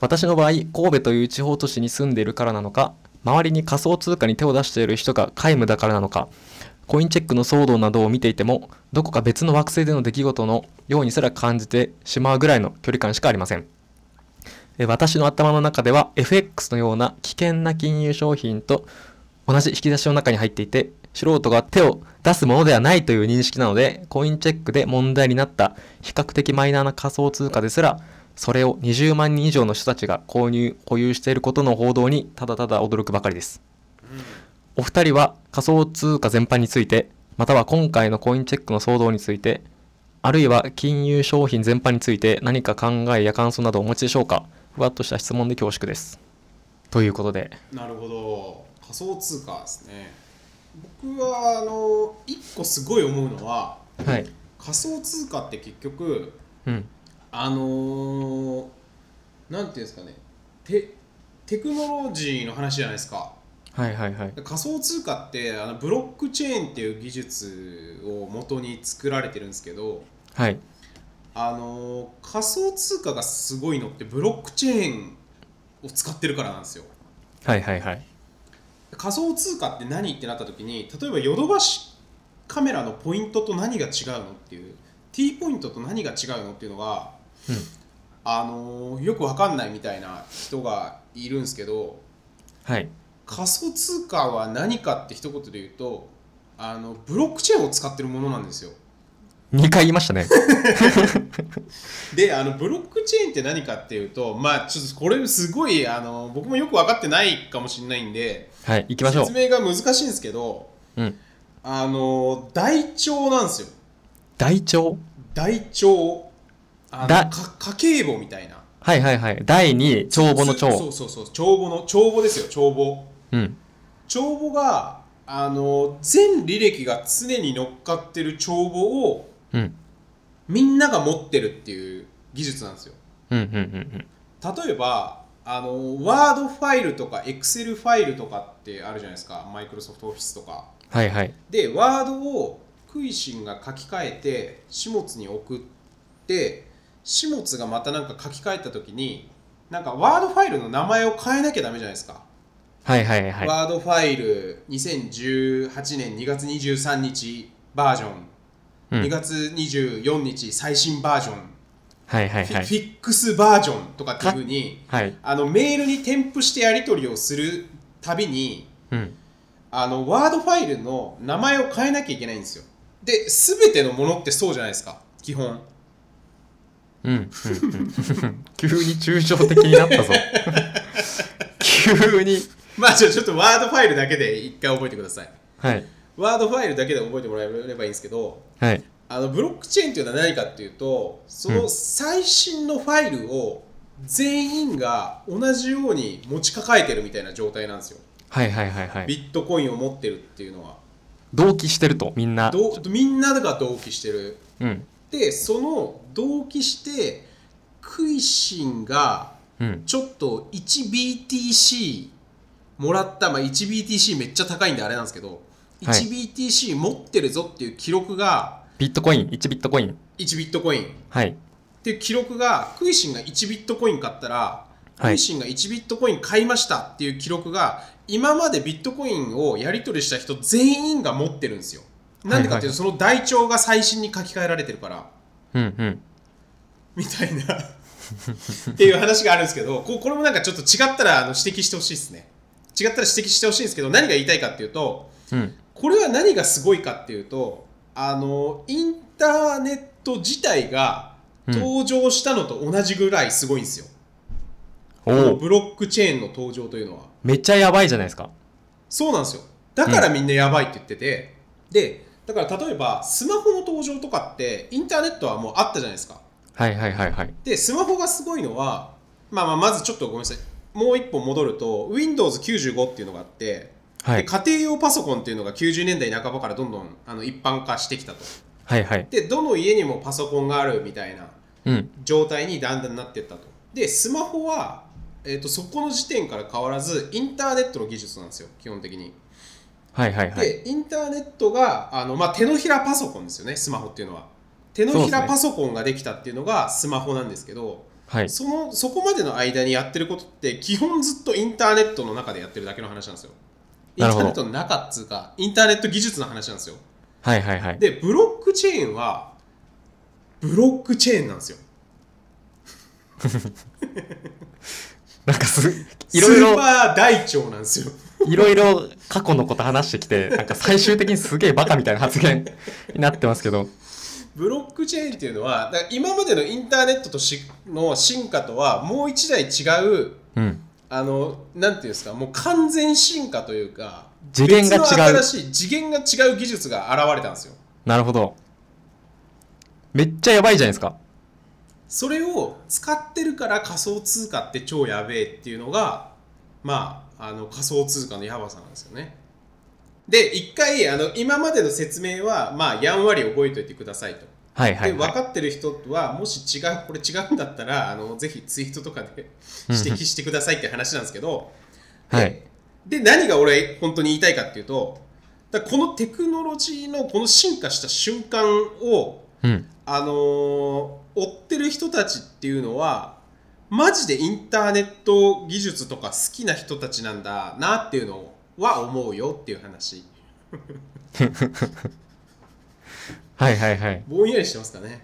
私の場合、神戸という地方都市に住んでいるからなのか、周りに仮想通貨に手を出している人が皆無だからなのか、コインチェックの騒動などを見ていても、どこか別の惑星での出来事のようにすら感じてしまうぐらいの距離感しかありません。えー私の頭の中では FX のような危険な金融商品と同じ引き出しの中に入っていて素人が手を出すものではないという認識なのでコインチェックで問題になった比較的マイナーな仮想通貨ですらそれを20万人以上の人たちが購入保有していることの報道にただただ驚くばかりですお二人は仮想通貨全般についてまたは今回のコインチェックの騒動についてあるいは金融商品全般について何か考えや感想などお持ちでしょうかふわっとした質問で恐縮です。ということで、
なるほど仮想通貨ですね僕はあの一個すごい思うのは
はい。
仮想通貨って結局
うん。
あのーなんていうんですかねてテクノロジーの話じゃないですか
はいはいはい
仮想通貨ってあのブロックチェーンっていう技術を元に作られてるんですけど
はい
あの仮想通貨がすごいのってブロックチェーンを使ってるからなんですよ
はいはいはい
仮想通貨って何ってなった時に例えばヨドバシカメラのポイントと何が違うのっていう T ポイントと何が違うのっていうのが、
うん
あのーよく分かんないみたいな人がいるんですけど
はい
仮想通貨は何かって一言で言うとあのブロックチェーンを使ってるものなんですよ
2回言いました *laughs* ね
であのブロックチェーンって何かっていうとまあちょっとこれすごいあの僕もよく分かってないかもしれないんで
はい行きましょう
説明が難しいんですけど
うん
あの台帳なんですよ
台帳
台帳あの
だ
か家計簿みたいな
はいはいはい第2位帳簿の
そ
帳
うそうそう帳簿の帳簿ですよ帳簿
うん
帳簿があの全履歴が常に乗っかってる帳簿を
うん
みんなが持ってるっていう技術なんですよ
うんうんうん
例えばあのワードファイルとかエクセルファイルとかってあるじゃないですかマイクロソフトオフィスとか
はいはい
でワードをクイシンが書き換えて始末に送って始末がまたなんか書き換えた時になんかワードファイルの名前を変えなきゃダメじゃないですか、
はいはいはい
ワードファイル2018年2月23日バージョン、
うん
2月24日最新バージョン、
はいはい
フ
は
ィフ
い
ィックスバージョンとかっていうふうに
はい
あのメールに添付してやり取りをするたびに
うん
あのワードファイルの名前を変えなきゃいけないんですよで全てのものってそうじゃないですか基本
うんうんうん *laughs* 急に抽象的になった *laughs* ぞ急に
まあじゃあちょっとワードファイルだけで一回覚えてください
はい
ワードファイルだけで覚えてもらえればいいんですけど
はい
あのブロックチェーンっていうのは何かっていうとそうの
ん
最新のファイルを全員が同じように持ち抱えてるみたいな状態なんですよ
はいはいはいはい
ビットコインを持ってるっていうのは
同期してるとみんな
どうみんなが同期してる
うん
でその同期してクイシンが
うん
ちょっと 1BTC もらった、まあ、1BTC めっちゃ高いんであれなんですけど、
はい
1BTC 持ってるぞっていう記録が
ビットコイン1ビットコイン
1ビットコインっ
はい
ていう記録がクイシンが1ビットコイン買ったら、
は
ク
い
イシンが1ビットコイン買いましたっていう記録が今までビットコインをやり取りした人全員が持ってるんですよ。なんでかっていうと、その台帳が最新に書き換えられてるから。
うんうん
*laughs* みたいなっていう話があるんですけどこうこれもなんかちょっと違ったらあの指摘してほしいですね違ったら指摘してほしいんですけど何が言いたいかっていうと
うん
これは何がすごいかっていうとあのインターネット自体が
うん
登場したのと同じぐらいすごいんですよ、
お
この
お
ブロックチェーンの登場というのは
めっちゃやばいじゃないですか
そうなんですよだからみんなやばいって言ってて、でだから例えばスマホの登場とかってインターネットはもうあったじゃないですか
はいはいはいはい
でスマホがすごいのは、まあ、まあまずちょっとごめんなさいもう一歩戻ると Windows95 っていうのがあって、
は
で
い
家庭用パソコンっていうのが90年代半ばからどんどんあの一般化してきたと
はいはい
でどの家にもパソコンがあるみたいな
うん
状態にだんだんなっていったとでスマホは、えー、とそこの時点から変わらずインターネットの技術なんですよ基本的に
はいはいはい
でインターネットがあの、まあ、手のひらパソコンですよねスマホっていうのは手のひらパソコンができたっていうのがスマホなんですけど
はい
そのそこまでの間にやってることって基本ずっとインターネットの中でやってるだけの話なんですよ。イン
な
タ
るほ
ー
ど
ネットの中っつうかインターネット技術の話なんですよ。
はいはいはい
でブロックチェーンはブロックチェーンなんですよ。
なんか *laughs* すいろい
スー
ろ
パー大腸なんですよ。
いろいろ過去のこと話してきてなんか最終的にすげえバカみたいな発言になってますけど
ブロックチェーンっていうのはだから今までのインターネットとしの進化とはもう一台違う
うん
あのなんていうんですかもう完全進化というか
次元が違う
別の新しい次元が違う技術が現れたんですよ。
なるほどめっちゃやばいじゃないですか
それを使ってるから仮想通貨って超やべえっていうのがまああの仮想通貨のやばさなんですよねで一回あの今までの説明はまあやんわり覚えておいてくださいと
はいはい
で
はい
分かってる人はもし違うこれ違うんだったらあのぜひツイートとかで指摘してくださいって話なんですけど、
はい
で何が俺本当に言いたいかっていうとだからこのテクノロジーのこの進化した瞬間を、
うん
あのー追ってる人たちっていうのはマジでインターネット技術とか好きな人たちなんだなっていうのは思うよっていう話
はいはいはい
ぼんやりしてますかね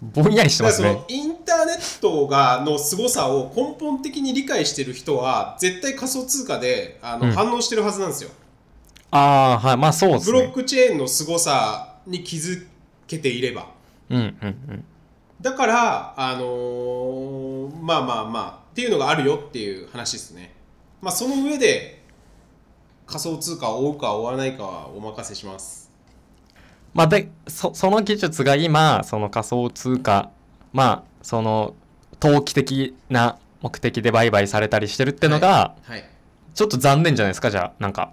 ぼんやりしてます
だか
ね
らそのインターネットがの凄さを根本的に理解してる人は絶対仮想通貨であの、
うん
反応してるはずなんですよ。
ああはいまあそうです
ブロッ
ね
クチェーンの凄さに気づけていれば。
うんうん
だから、あのーまあまあまあっていうのがあるよっていう話ですね。まあその上で仮想通貨を追うか追わないかはお任せします。
まあでそその技術が今その仮想通貨まあその投機的な目的で売買されたりしてるってのが、
はい。
ちょっと残念じゃないですかじゃあなんか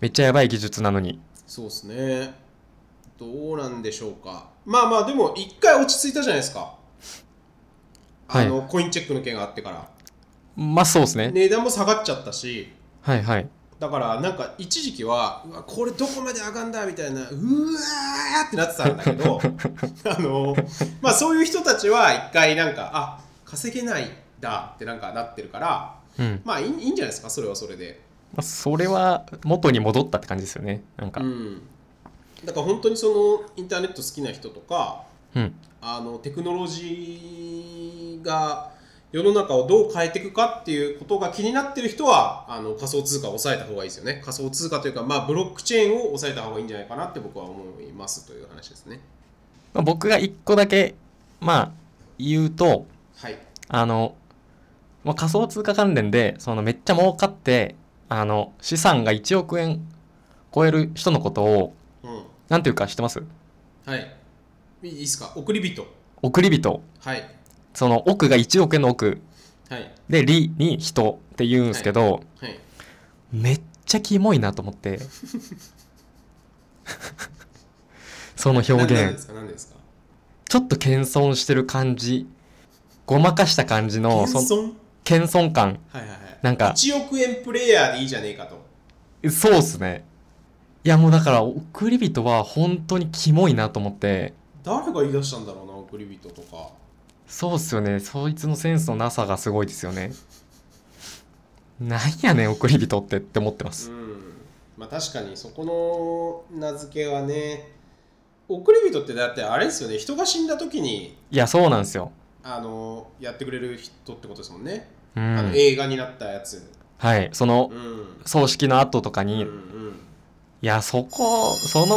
めっちゃやばい技術なのに
そうですね。どうなんでしょうか。まあまあ、でも、一回落ち着いたじゃないですか。
はい
あの、コインチェックの件があってから。
まあそうですね
値段も下がっちゃったし、
はいはい
だから、なんか、一時期は、うわ、これどこまで上がんだみたいな、うわーってなってたんだけど、 *laughs* あの、まあ、そういう人たちは、一回、なんか、あ稼げないんだってなんかなってるから、
うん
まあいい、いいんじゃないですか、それはそれで。
まあ、それは元に戻ったって感じですよねなんか
うん。だから、本当にその、インターネット好きな人とか、
うん
あのテクノロジーが世の中をどう変えていくかっていうことが気になってる人はあの仮想通貨を抑えた方がいいですよね仮想通貨というか、まあ、ブロックチェーンを抑えた方がいいんじゃないかなって僕は思いますという話ですね
まあ、僕が一個だけまあ言うと
はい
あの、まあ、仮想通貨関連でそのめっちゃ儲かってあの資産が1億円超える人のことを
うん
なんていうか知ってます
はいいいですか送り人
送り人
はい
その億が1億円の億
はい
で利に人って言うんですけど、
はい
めっちゃキモいなと思って *laughs* その表
ななん
現
ですか何ですか
ちょっと謙遜してる感じ、ごまかした感じの、
謙
その
遜
謙遜感。
はいはいはい
なんか
1億円プレイヤーでいいじゃねえかと
そうっすね。いやもうだから、送り人は本当にキモいなと思って、
誰が言い出したんだろうな送り人とか
そうっすよね。そいつのセンスのなさがすごいですよね。なんやねん、送り人ってって思ってます。
うんまあ確かにそこの名付けはね送り人ってだってあれですよね人が死んだ時に
いや、そうなんですよ。
あのやってくれる人ってことですもんね、
う
あの
ん。
映画になったやつ
はい。その
う、ん、うん
葬式の後とか
う
に、い
ん、
や、そこ、その、
あ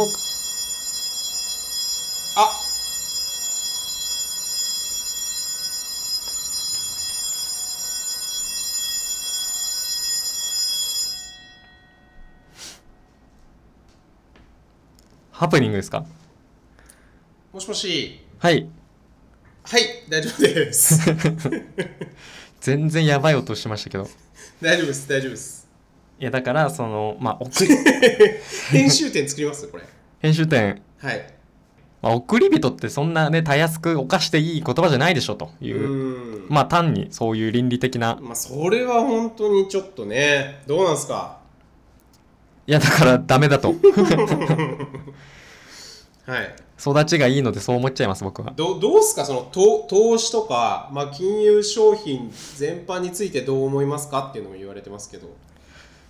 ハプニングですか
もしもし
はい。
はい大丈夫です
*laughs* 全然やばい音しましたけど。
大丈夫です大丈夫です
いや、だから、その、まあ、送 *laughs* り、
編集点作りますこれ
編集点、
はい
まあ、送り人ってそんなねたやすく犯していい言葉じゃないでしょというう、
んま
まあ単にそういう倫理的な
あそれは本当にちょっとねどうなんすか
いやだからダメだと *laughs*
はい
育ちがいいのでそう思っちゃいます僕は
どどうすかその投投資とか、まあ、金融商品全般についてどう思いますかっていうのも言われてますけど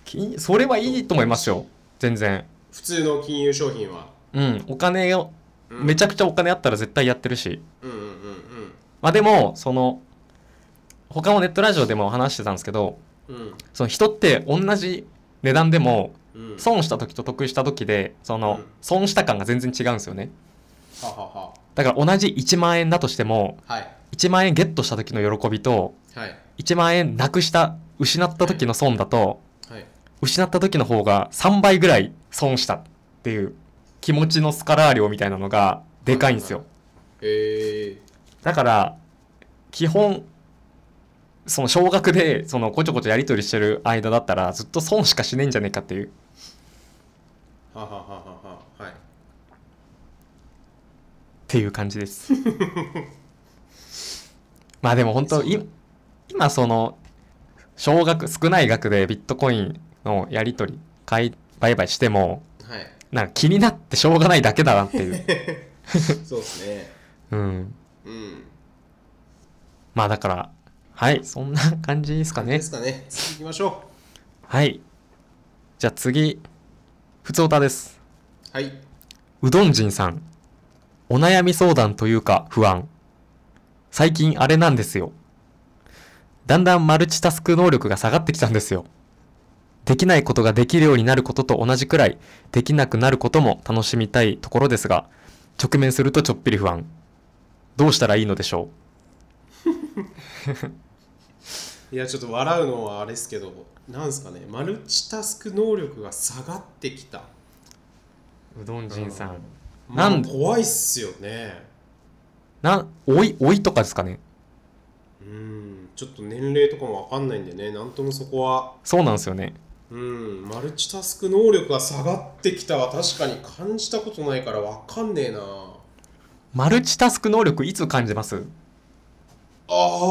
金それはいいと思いますよ全然
普通の金融商品は、
うんお金を
うん、
め
ち
ちゃくちゃお金あったら絶対やってるし
うんうんうん
まあでもその他のネットラジオでも話してたんですけど
うん
その人って同じ値段でも
うんうん
損した時と得した時でその
うん
損した感が全然違うんですよね
はは
だから同じ1万円だとしても
ははい
1万円ゲットした時の喜びと
はい
1万円なくした失った時の損だと
はい
失った時の方が3倍ぐらい損したっていう気持ちのスカラー量みたいなのがでかいんですよ
え
だから基本その少額でそのこちょこちょやり取りしてる間だったらずっと損しかしねえんじゃねえかっていう
ー、はははははははい
ってっていう感じです *laughs* まあでも本当い今その少額少ない額でビットコインのやり取り買い売買しても
はい
なんか気になってしょうがないだけだなっていう、
そうですね
うん、
うん
まあだからはいそんな感じですかね
ですかね次行きましょ
はいじゃあ次普通歌です
うはいう
どんじんさん。お悩み相談というか不安。最近あれなんですよ。だんだんマルチタスク能力が下がってきたんですよ。できないことができるようになることと同じくらい、できなくなることも楽しみたいところですが、直面するとちょっぴり不安。どうしたらいいのでしょ
いやちょっと笑うのはあれですけどなんですかねマルチタスク能力が下がってきた
ううどんじんさん。な
なんん怖いっすよね
な、老い、老いとかですかね。
うんちょっと年齢とかもわかんないんでねなんともそこは
そうなんですよね。
うんマルチタスク能力が下がってきたは確かに感じたことないからわかんねえな
マルチタスク能力いつ感じます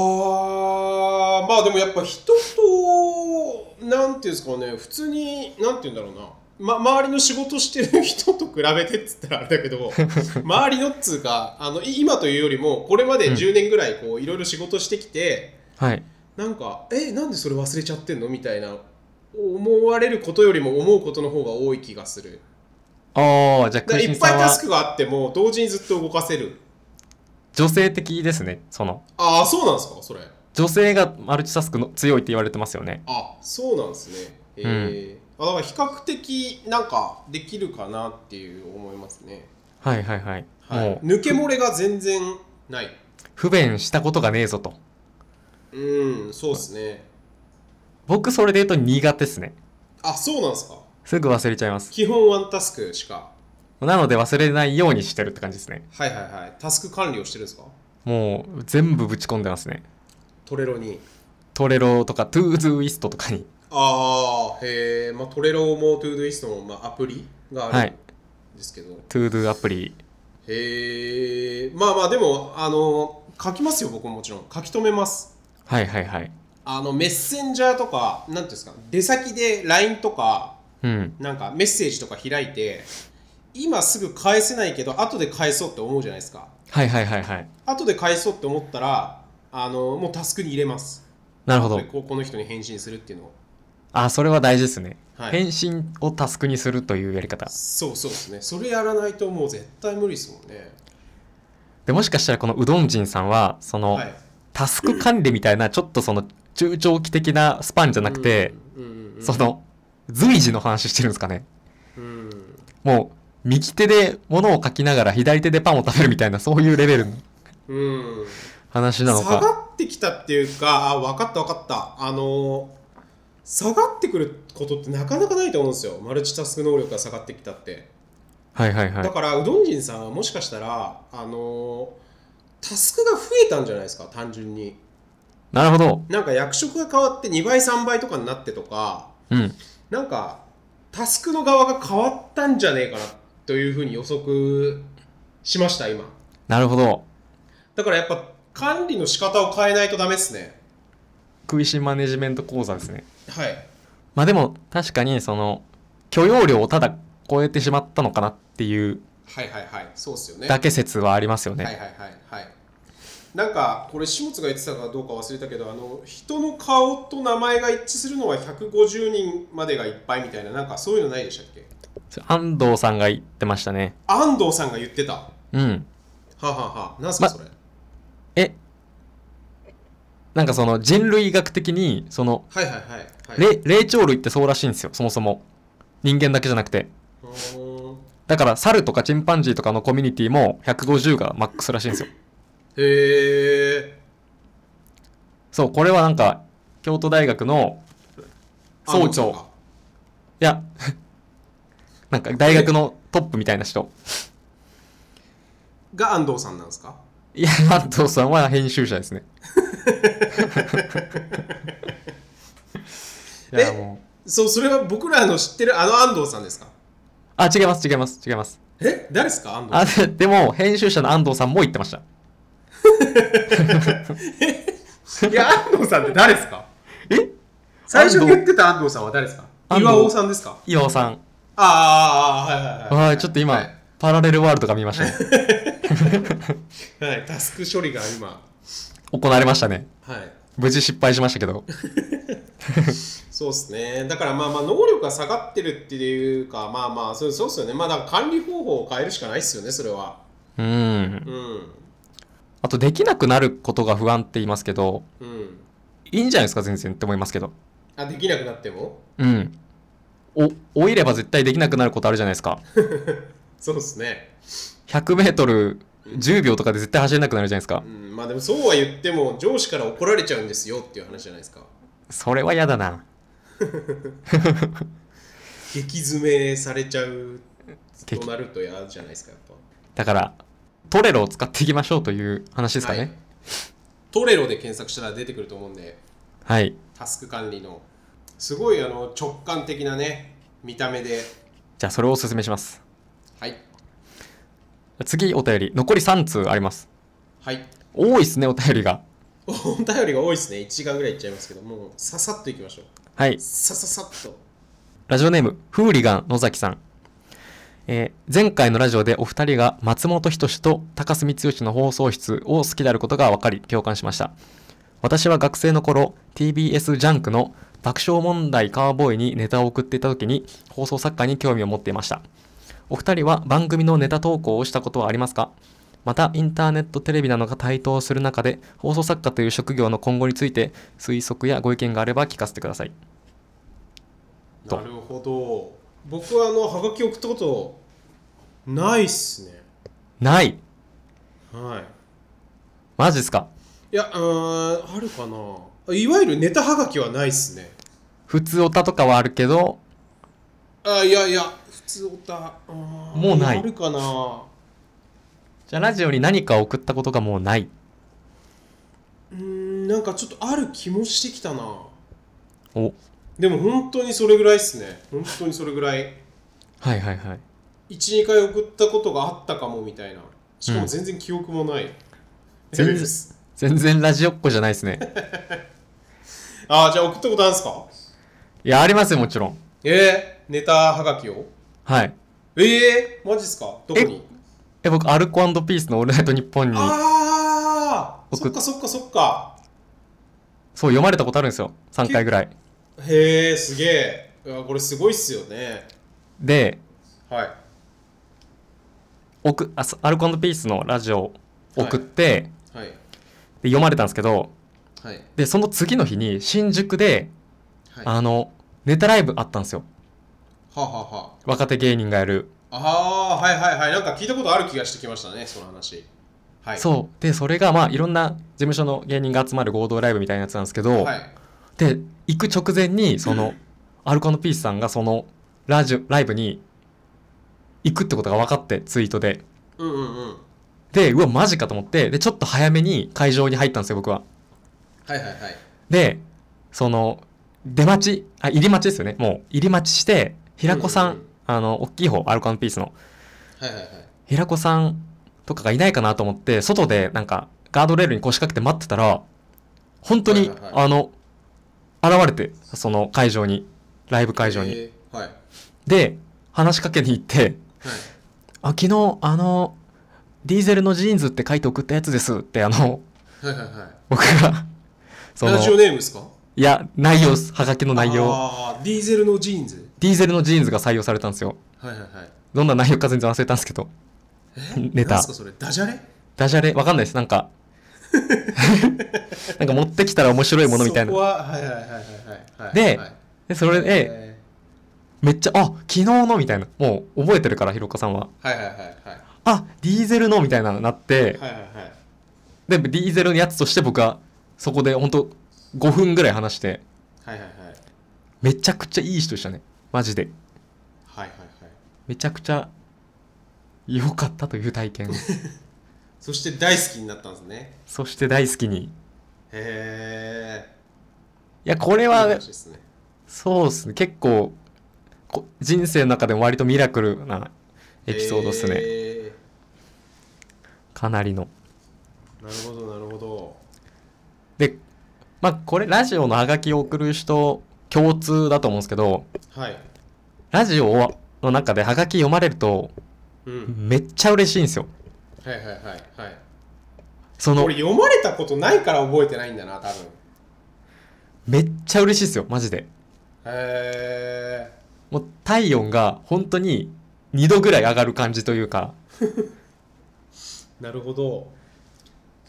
あーまあでもやっぱ人となんていうんですかね普通になんていうんだろうなま、周りの仕事してる人と比べてっつったらあれだけ *laughs* ど周りのっつうかあのい今というよりもこれまで10年ぐらいこういろいろ仕事してきて、
はい。
なんか「えなんでそれ忘れちゃってんの?」みたいな思われることよりも思うことの方が多い気がする
ああ、じゃあ、
だか
ク
ら
リ
い
シン
っ
さ
ぱ
ん
い
は
タスクがあっても同時にずっと動かせる
女性的ですね。その、
ああそうなんですかそれ
女性がマルチタスクの強いって言われてますよね。
あそうなんですねえーあだから比較的なんかできるかなっていう思いますね、
はいはいはい。
はい
もう、
抜け漏れが全然ない
不便したことがねえぞと。
うんそうですね
僕、それで言うと苦手ですね。
あそうなんですか
すぐ忘れちゃいます。
基本ワンタスクしか
なので忘れないようにしてるって感じですね。
はいはいはいタスク管理をしてるんですか
もう、全部ぶち込んでますね。
トレロに
トレロとか、トゥーズウィストとかに。
ああへえ、まあ、トレロもトゥードゥイストも、まあ、アプリがあ
は
る
い
んですけど、
トゥードゥアプリ。
へえまあまあでもあの書きますよ僕ももちろん書き留めます
はいはいはい。
あのメッセンジャーとかなんていうんですか出先で LINE とか
うん。
なんかメッセージとか開いて今すぐ返せないけど後で返そうって思うじゃないですか
はいはいはいはい。
後で返そうって思ったらあのもうタスクに入れます
なるほ
こ
ど
れ。ここの人に返信するっていうのを
あ、それは大事ですね。
はい
返信をタスクにするというやり方。
そうそうですねそれやらないともう絶対無理ですもんね
で、もしかしたらこのうどん人さんは、その、
はい
タスク管理みたいなちょっとその中長期的なスパンじゃなくて、
うんうんうん
その随時の話してるんですかね
うん
もう右手で物を書きながら左手でパンを食べるみたいなそういうレベルの
うん
話なの
下が
か
ってきたっていうかあ分かった分かったあのー下がってくることってなかなかないと思うんですよマルチタスク能力が下がってきたって、
はいはいは
だ
い
からうどん人さんはもしかしたらあのータスクが増えたんじゃないですか単純に
なるほど
なんか役職が変わって2倍3倍とかになってとか
うん
なんかタスクの側が変わったんじゃねえかなというふうに予測しました今
なるほど
だからやっぱ管理の仕方を変えないとダメですね
食いしんマネジメント講座ですね
はい
まあでも確かにその許容量をただ超えてしまったのかなっていう
はいはいはいそうっすよね
だけ説はありますよ
はい
ね
はいはいはいなんかこれ下津が言ってたかどうか忘れたけどあの人の顔と名前が一致するのは150人までがいっぱいみたいななんかそういうのないでしたっけ
安藤さんが言ってましたね
安藤さんが言ってたは
うん
あはあはあなんすか
ま
それ、
えなんかその人類学的にその
はいはいはいはい
れ霊長類ってそうらしいんですよそもそも人間だけじゃなくて
うーん
だから猿とかチンパンジーとかのコミュニティも150がマックスらしいんですよ
へえ
そうこれはなんか京都大学の総長いや *laughs* なんか大学のトップみたいな人
が安藤さんなんですか
いや安藤さんは編集者です *laughs* ねいや
え
もう
そうそれは僕らの知ってるあの安藤さんですか
あ違います違います違います
え誰ですか安藤
あででも編集者の安藤さんも言ってました
さん。いや、安藤さんって誰ですか
え
最初言ってた安藤さんは誰ですか
安藤
岩尾さんですか
岩尾さん
ああ、はいはいはい。
はいちょっと今、
はい
パラレルワールドが見ましたね
はい、タスク処理が今、
行われましたね
はい、
無事失敗しましたけど
そうですね、だからまあまあ、能力が下がってるっていうか、まあまあ、そうそうですよね、まあ、だから管理方法を変えるしかないですよね、それは。
うん
うん、
あとできなくなることが不安って言いますけど
うん。
いいんじゃないですか全然って思いますけど
あ、できなくなっても
うんお老いれば絶対できなくなることあるじゃないですか
そうですね。
100m10 秒とかで絶対走れなくなるじゃないですか
うん、まあでも、そうは言っても、上司から怒られちゃうんですよっていう話じゃないですか。
それは嫌だな
激詰めされちゃうとなると嫌じゃないですか、やっぱ。
だからトレロを使っていきましょうという話ですか
はい
ね
トレロで検索したら出てくると思うんで、
はい、
タスク管理の。すごいあの直感的なね、見た目で。
じゃあそれをおすすめします
はい。
次お便り残り3通あります
はい。
多いですねお便りが
お便りが多いですね。1時間ぐらいいっちゃいますけど、もうささっといきましょう。
はい
さささっと。
ラジオネーム、フーリガン野崎さん。えー前回のラジオでお二人が松本人志と高須光義の放送室を好きであることが分かり共感しました。私は学生の頃、TBS ジャンクの爆笑問題カーボーイにネタを送っていた時に放送作家に興味を持っていました。お二人は番組のネタ投稿をしたことはありますかまたインターネットテレビなどが台頭する中で放送作家という職業の今後について推測やご意見があれば聞かせてください。と
なるほど。僕はあの、はがき送ったことないっすね。
ない
はい。
マジですか
いや、うーん、あるかな。いわゆるネタはがきはないっすね。
普通オタとかはあるけど
あ、いやいや、普通おた。も
もうない
あるかな。
じゃあラジオに何か送ったことがもうないう
ーん、なんかちょっとある気もしてきたな。
お
でも本当にそれぐらいっすね。本当にそれぐらい。
はいはいはい
1、2回送ったことがあったかもみたいな。しか
う
も
ん
全然記憶もない。
全然
レベルっす
全然ラジオっ子じゃないですね
*laughs* ああ、じゃあ送ったことあるんすか
いやありますよもちろん
えー、ネタはがきを
はい
えー、マジっすかどこに
え僕アルコピースの「オールナイトニッポン」に
ああそ
送
っ
っ
かそっかそっか。
そう読まれたことあるんですよ3回ぐらい
へえ、すげえ。うわこれすごいっすよね。
で
はい。
送あそアルコピースのラジオを送って、
はい。
で読まれたんですけど
はい。
でその次の日に新宿で、
はい。は
あのネタライブあったんですよ
あはあは
若手芸人がやる、
あ。ああ、はいはいはい。なんか聞いたことある気がしてきましたね、その話。はい。
そうでそれがまあいろんな事務所の芸人が集まる合同ライブみたいなやつなんですけど、
はい。
で行く直前にそ
*laughs*
の、アルコピースさんがそのラジオライブに行くってことが分かってツイートで
うんうんうん。はい
でうわマジかと思ってでちょっと早めに会場に入ったんですよ僕は
はいはい。
でその出待ちあ入り待ちですよねもう入り待ちして平子さん、
うんうんうん
あの大きい方アルコピースの
はいはいはい。
平子さんとかがいないかなと思って外でなんかガードレールに腰掛けて待ってたら本当に、
はいはいはい
あの現れてその会場にライブ会場に、
えーはい。はい。
で話しかけに行って「あ昨日あのディーゼルのジーンズって書いて送ったやつです」ってあの *laughs*
はいはいはい。
僕がその
ラジオネームですか
いや内容ですはがきの内容
ああ、ディーゼルのジーンズ。
ディーゼルのジーンズが採用されたんですよ
はいはいはい。
どんな内容か全然忘れたんですけどネ
なん
タ
すかそれダジャレ
ダジャレわかんないですなん
*laughs*
かなんか持ってきたら面白いものみたい
そこ
な
は、はいはいはいはいはい。
で
はい
でそれで
え
めっちゃ「あ昨日の」みたいなもう覚えてるからひろこさんは
ーはいはいはいはい。
「あディーゼルの」みたいなのになって
はいはいはい。
でディーゼルのやつとして僕はそこで本当5分ぐらい話して
はいはいはい。
めちゃくちゃいい人でしたねマジで
はいはいはい。
めちゃくちゃ良かったという体
*laughs*
験
そして大好きになったんですね。
そして大好きにい
へえ。
やこれ
いい
は
話ですね。
そうですね結構こ人生の中でも割とミラクルなエピソードですね、
え
かなりの
ーなるほどなるほど
でまあこれラジオのハガキを送る人共通だと思うんですけど
はい
ラジオの中でハガキ読まれると
うん
めっちゃ嬉しいんですよ
はいはいはいはい
その
俺読まれたことないから覚えてないんだな多分
めっちゃ嬉しいですよマジで
へえ
もう体温が本当に2度ぐらい上がる感じというか
なるほど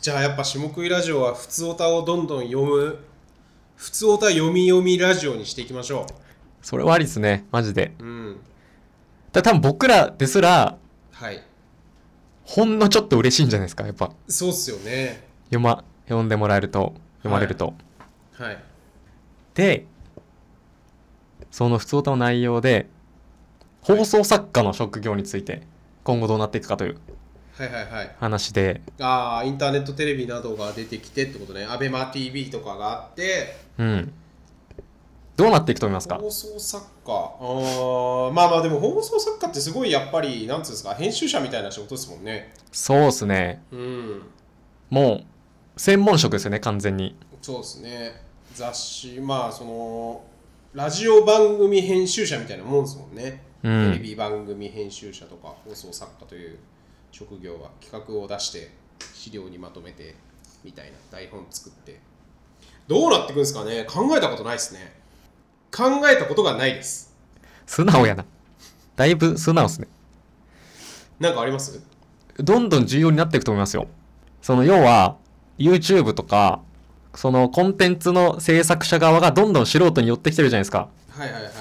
じゃあやっぱ下食いラジオは普通オタをどんどん読む普通オタ読み読みラジオにしていきましょ
それはありですねマジで
ううん
だ多分僕らですら
はい
ほんのちょっと嬉しいんじゃないですかやっぱ
そうっすよね
読,、ま、読んでもらえると読まれると、
はい
でその普通歌の内容で放送作家の職業について今後どうなっていくかという
はいはいはい
話で
ああインターネットテレビなどが出てきてってことねアベマ t v とかがあって
うんどうなっていくと思いますか
放送作家あーまあまあでも放送作家ってすごいやっぱりなんつうんですか編集者みたいな仕事ですもんね
そうですね
うん
もう専門職ですよね完全に
そうですね雑誌まあそのラジオ番組編集者みたいなもんですもんね、
うん
テレビ番組編集者とか放送作家という職業は企画を出して資料にまとめてみたいな台本作ってどうなってくんですかね考えたことないですね考えたことがないです
素直やなだいぶ素直ですね
なんかあります
どんどん重要になっていくと思いますよその要は YouTube とかそのコンテンツの制作者側がどんどん素人に寄ってきてるじゃないですか
はいはいはいはい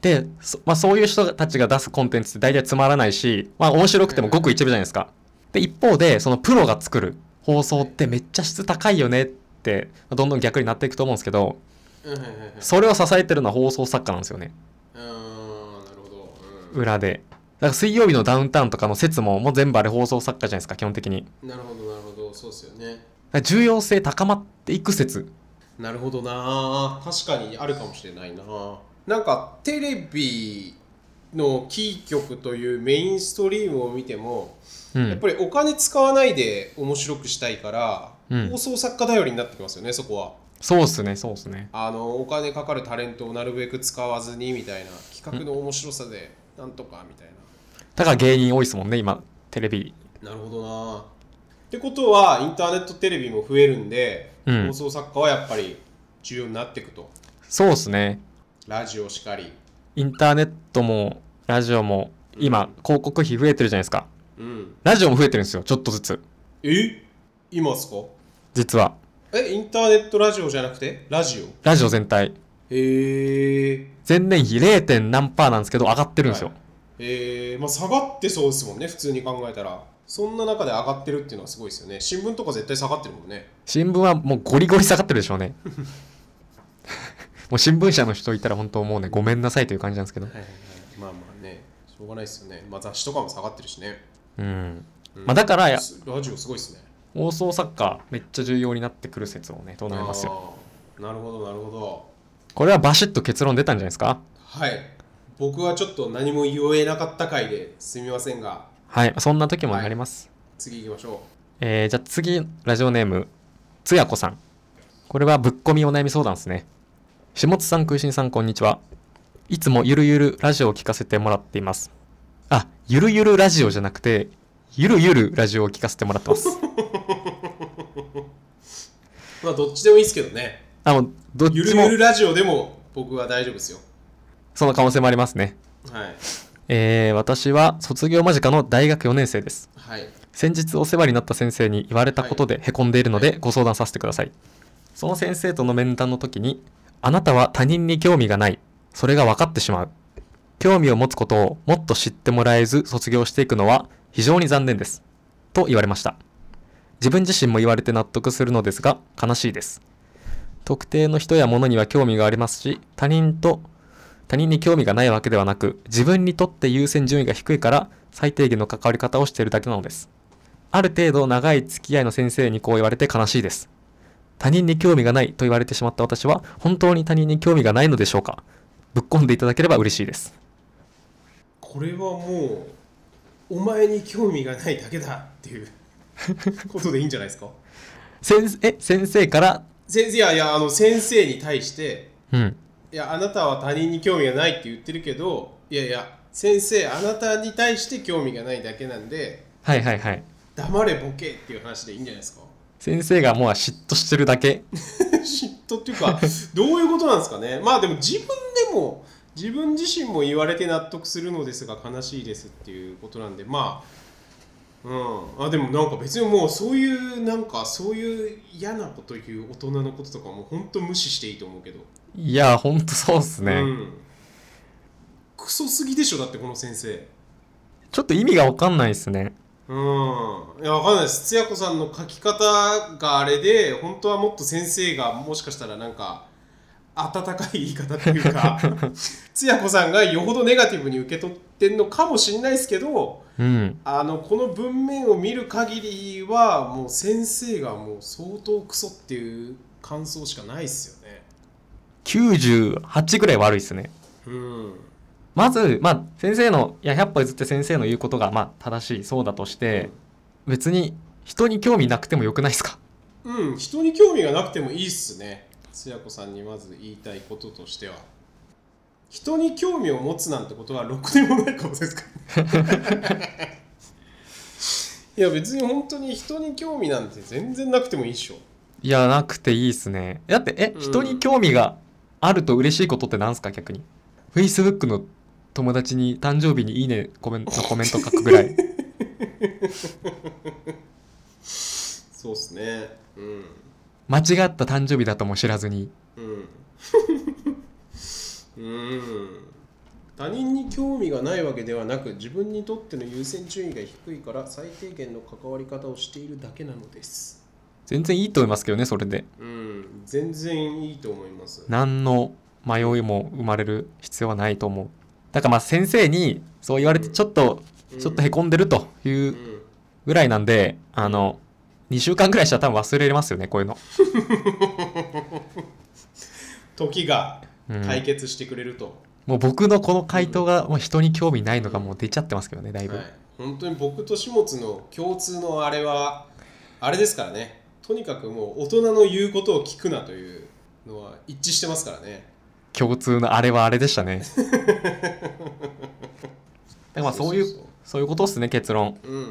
で、そまあ、そういう人たちが出すコンテンツって大体つまらないし、まあ、面白くてもごく一部じゃないですか。で一方でそのプロが作る放送ってめっちゃ質高いよねってまあどんどん逆になっていくと思うんですけど
うんはいはいはい
それを支えてるのは放送作家なんですよね
うーんなるほど、う
裏で。だから水曜日のダウンタウンとかの説ももう全部あれ放送作家じゃないですか基本的に。だか
ん、なるほどなるほどそうですよね
ら重要性高まっていく説。
なるほどな確かにあるかもしれないななんかテレビのキー局というメインストリームを見ても、
う
やっ
ん、
ぱりお金使わないで面白くしたいから、
うん
放送作家頼りになってきますよねそこは
そうっすねそうっすね。
あのお金かかるタレントをなるべく使わずにみたいな企画の面白さでなんとかみたいな、
だから芸人多いですもんね今テレビ。
なるほどなってことはインターネットテレビも増えるんで、
うん
放送作家はやっぱり重要になっていくと
そうっすね。
ラジオしかり
インターネットもラジオも今広告費増えてるじゃないですか
うん
ラジオも増えてるんですよちょっとずつ
え今っすか
実は
えインターネットラジオじゃなくてラジオ
ラジオ全体
へえ
前年比 0. 点何パーなんですけど上がってるんですよ、
えー、まあ下がってそうですもんね普通に考えたらそんな中で上がってるっていうのはすごいですよね新聞とか絶対下がってるもんね
新聞はもうゴリゴリ下がってるでしょう
*laughs*
ねもう新聞社の人いたら本当もうねごめんなさいという感じなんですけど
はいはいはいまあまあねしょうがないですよねまあ雑誌とかも下がってるしね、
うん、
うん
まあ、だからや
すラジオすごいですね
放送作家めっちゃ重要になってくる説をね唱えますよ
あーなるほどなるほど
これはバシッと結論出たんじゃないですか
はい僕はちょっと何も言えなかった回ですみませんが
はいそんな時もあります、
次行きましょ
えーじゃあ次、ラジオネーム、つやこさん。これはぶっこみお悩み相談ですね。下津さん、空心さん、こんにちは。いつもゆるゆるラジオを聞かせてもらっています。あ、ゆるゆるラジオじゃなくて、ゆるゆるラジオを聞かせてもらってます。 *laughs*
うまあどっちでもいいですけどね
あの、どっ
ゆ
ち
る
も
ゆ、るラジオでも僕は大丈夫ですよ。
その可能性もありますね。
はい。
えー私は卒業間近の大学4年生です。
はい。
先日お世話になった先生に言われたことでへこんでいるのでご相談させてください、その先生との面談の時にあなたは他人に興味がないそれが分かってしまう興味を持つことをもっと知ってもらえず卒業していくのは非常に残念ですと言われました自分自身も言われて納得するのですが悲しいです特定の人や物には興味がありますし他人と他人に興味がないわけではなく自分にとって優先順位が低いから最低限の関わり方をしているだけなのですある程度長い付き合いの先生にこう言われて悲しいです。他人に興味がないと言われてしまった私は本当に他人に興味がないのでしょうかぶっ込んでいただければ嬉しいです。
これはもう、お前に興味がないだけだっていう *laughs* ことでいいんじゃないですか
先え先生から、
先生いやいやあの先生に対して
うん、
いやあなたは他人に興味がないって言ってるけどいやいや先生あなたに対して興味がないだけなんで
はいはいはい。
黙れボケっていう話でいいんじゃないですか
先生がもう嫉妬してるだけ。
嫉妬っていうかどういうことなんですかねまあでも自分でも自分自身も言われて納得するのですが悲しいですっていうことなんでまあうんあでもなんか別にもうそういうなんかそういう嫌なこと言う大人のこととかもほんと無視していいと思うけど
いや、ほんとそうっすね。
うん、クソすぎでしょだってこの先生
ちょっと意味がわかんないっすね。
うんいやわかんないですつや子さんの書き方があれで本当はもっと先生がもしかしたらなんか温かい言い方っていうかつや子さんがよほどネガティブに受け取ってんのかもしれないですけど
うん。
あのこの文面を見る限りはもう先生がもう相当クソっていう感想しかないっすよね
98ぐらい悪いっすね。
うん
まず、まあ、先生の、いや、100歩譲って先生の言うことが、まあ、正しい、そうだとして、別に人に興味なくてもよくないですか
うん、人に興味がなくてもいいっすね。つや子さんにまず言いたいこととしては。人に興味を持つなんてことはろくでもないかもですからね *laughs* いや別に本当に人に興味なんて全然なくてもいいっしょ。
いや、なくていいっすね。だって、え、
うん
人に興味があると嬉しいことってなんすか逆に。Facebook の友達に誕生日にいいねコメントのコメント書くぐら
*laughs*
い。
そうっすね。うん。
間違った誕生日だとも知らずに。
*laughs* うん。うん。他人に興味がないわけではなく自分にとっての優先順位が低いから最低限の関わり方をしているだけなのです。
全然いいと思いますけどね、それで。
うん、全然いいと思います。
何の迷いも生まれる必要はないと思う。だからまあ先生にそう言われてちょっと、
うん、
ちょっとへこんでるといううんぐらいなんで、あの、2週間ぐらいしたら多分忘れれますよね、こういうの。
時が
うん
解決してくれると、
もう僕のこの回答がもう人に興味ないのがもう出ちゃってますけどね、だいぶ
はい。、本当に僕と始末の共通のあれはあれですからねとにかくもう大人の言うことを聞くなというのは一致してますからね
共通のあれはあれでした
*laughs*
ね。だからまあそういう、
そ
そういうことっすね、結論。
ううん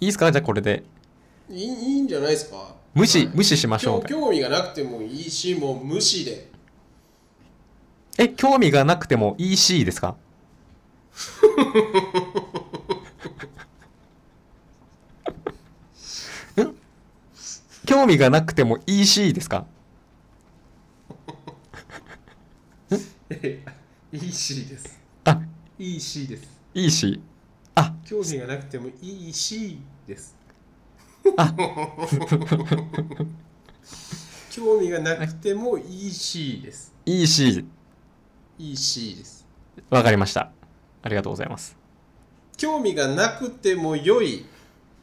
いいっすかじゃあこれで。
いいいいんじゃないですか
無視、
はい
無視しましょう
興。興味がなくてもいいしもう無視で *laughs*
え、興味がなくても EC です
*laughs*
かん興味がなくても EC ですか
いいしです
あ、
いいしです
EC。あ、
興味がなくてもいいしです。 *laughs* 興味がなくてもいいしです。
EC。
いいしです。
わかりました。ありがとうございます。
興味がなくても良い、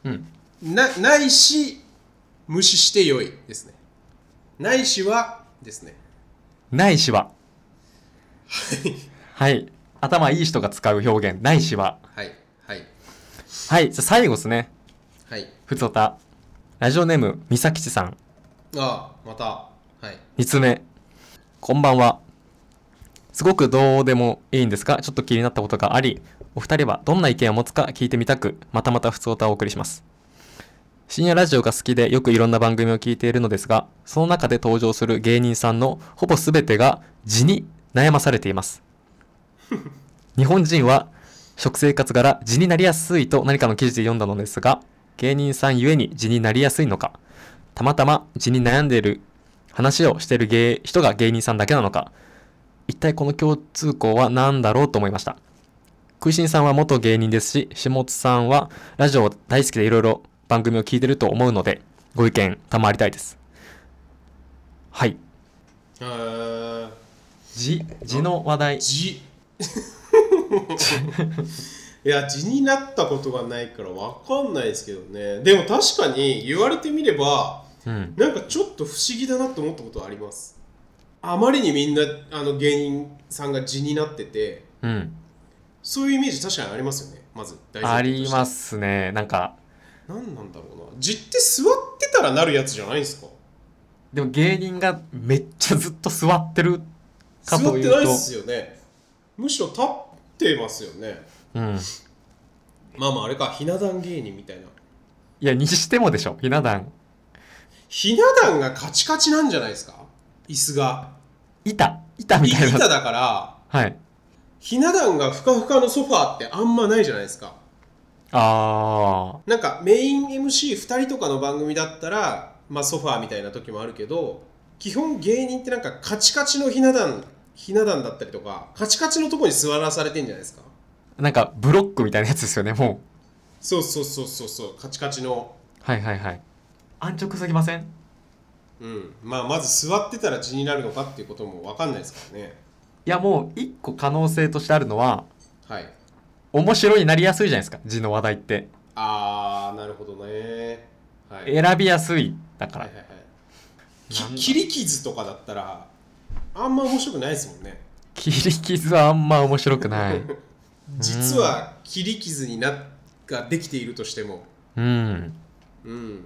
うん。
なないし無視して良いですね。ないしはですね。
ないしは。はい。頭いい人が使う表現。ないしは。
はい、はい、
はい。じゃあ最後ですね。
はい。
ふつおた。ラジオネーム、みさきちさん。
ああ、また。はい。
2つ目こんばんはすごくどうでもいいんですがちょっと気になったことがありお二人はどんな意見を持つか聞いてみたくまたまた普通歌をお送りします深夜ラジオが好きでよくいろんな番組を聞いているのですがその中で登場する芸人さんのほぼ全てが字に悩まされています日本人は食生活柄字になりやすいと何かの記事で読んだのですが芸人さんゆえに字になりやすいのかたまたま字に悩んでいる話をしている芸人が芸人さんだけなのか一体この共通項は何だろうと思いました食いしんさんは元芸人ですし下津さんはラジオ大好きでいろいろ番組を聞いてると思うのでご意見賜りたいですはい
えー、
字字の話題
字。 *laughs* いや字になったことがないから分かんないですけどねでも確かに言われてみれば
うん
なんかちょっと不思議だなと思ったことはありますあまりにみんなあの芸人さんが字になってて
うん
そういうイメージ確かにありますよねまず大
ありますすねなんか
何なんだろうなじって座ってたらなるやつじゃないですか
でも芸人がめっちゃずっと座ってる
座
か
っ
という
て
と
ないっすよねむしろ立ってますよね
うん
まあまああれかひな壇芸人みたいない
やにしてもでしょひな壇
ひな壇がカチカチなんじゃないですか椅子が
板板みたいな
板だから
はい
ひな壇がふかふかのソファーってあんまないじゃないですか
あ
なんかメイン MC2 人とかの番組だったら、まあ、ソファーみたいな時もあるけど基本芸人ってなんかカチカチのひな壇ひな壇だったりとかカチカチのとこに座らされてんじゃないですか
ーなんかブロックみたいなやつですよねも
そうそうそうそうそうカチカチの
うはいはいはい安直すぎません
うんまあまず座ってたら血になるのかっていうことも分かんないですからね
いやもう一個可能性としてあるのは
はい
面白になりやすいじゃないですか字の話題って
あーなるほどねはい
選びやすいだから、
はいはいはいき
なんだ
切り傷とかだったらあんま面白くないですもんね
切り傷はあんま面白くない
*laughs* 実は切り傷になができているとしても
うん
うん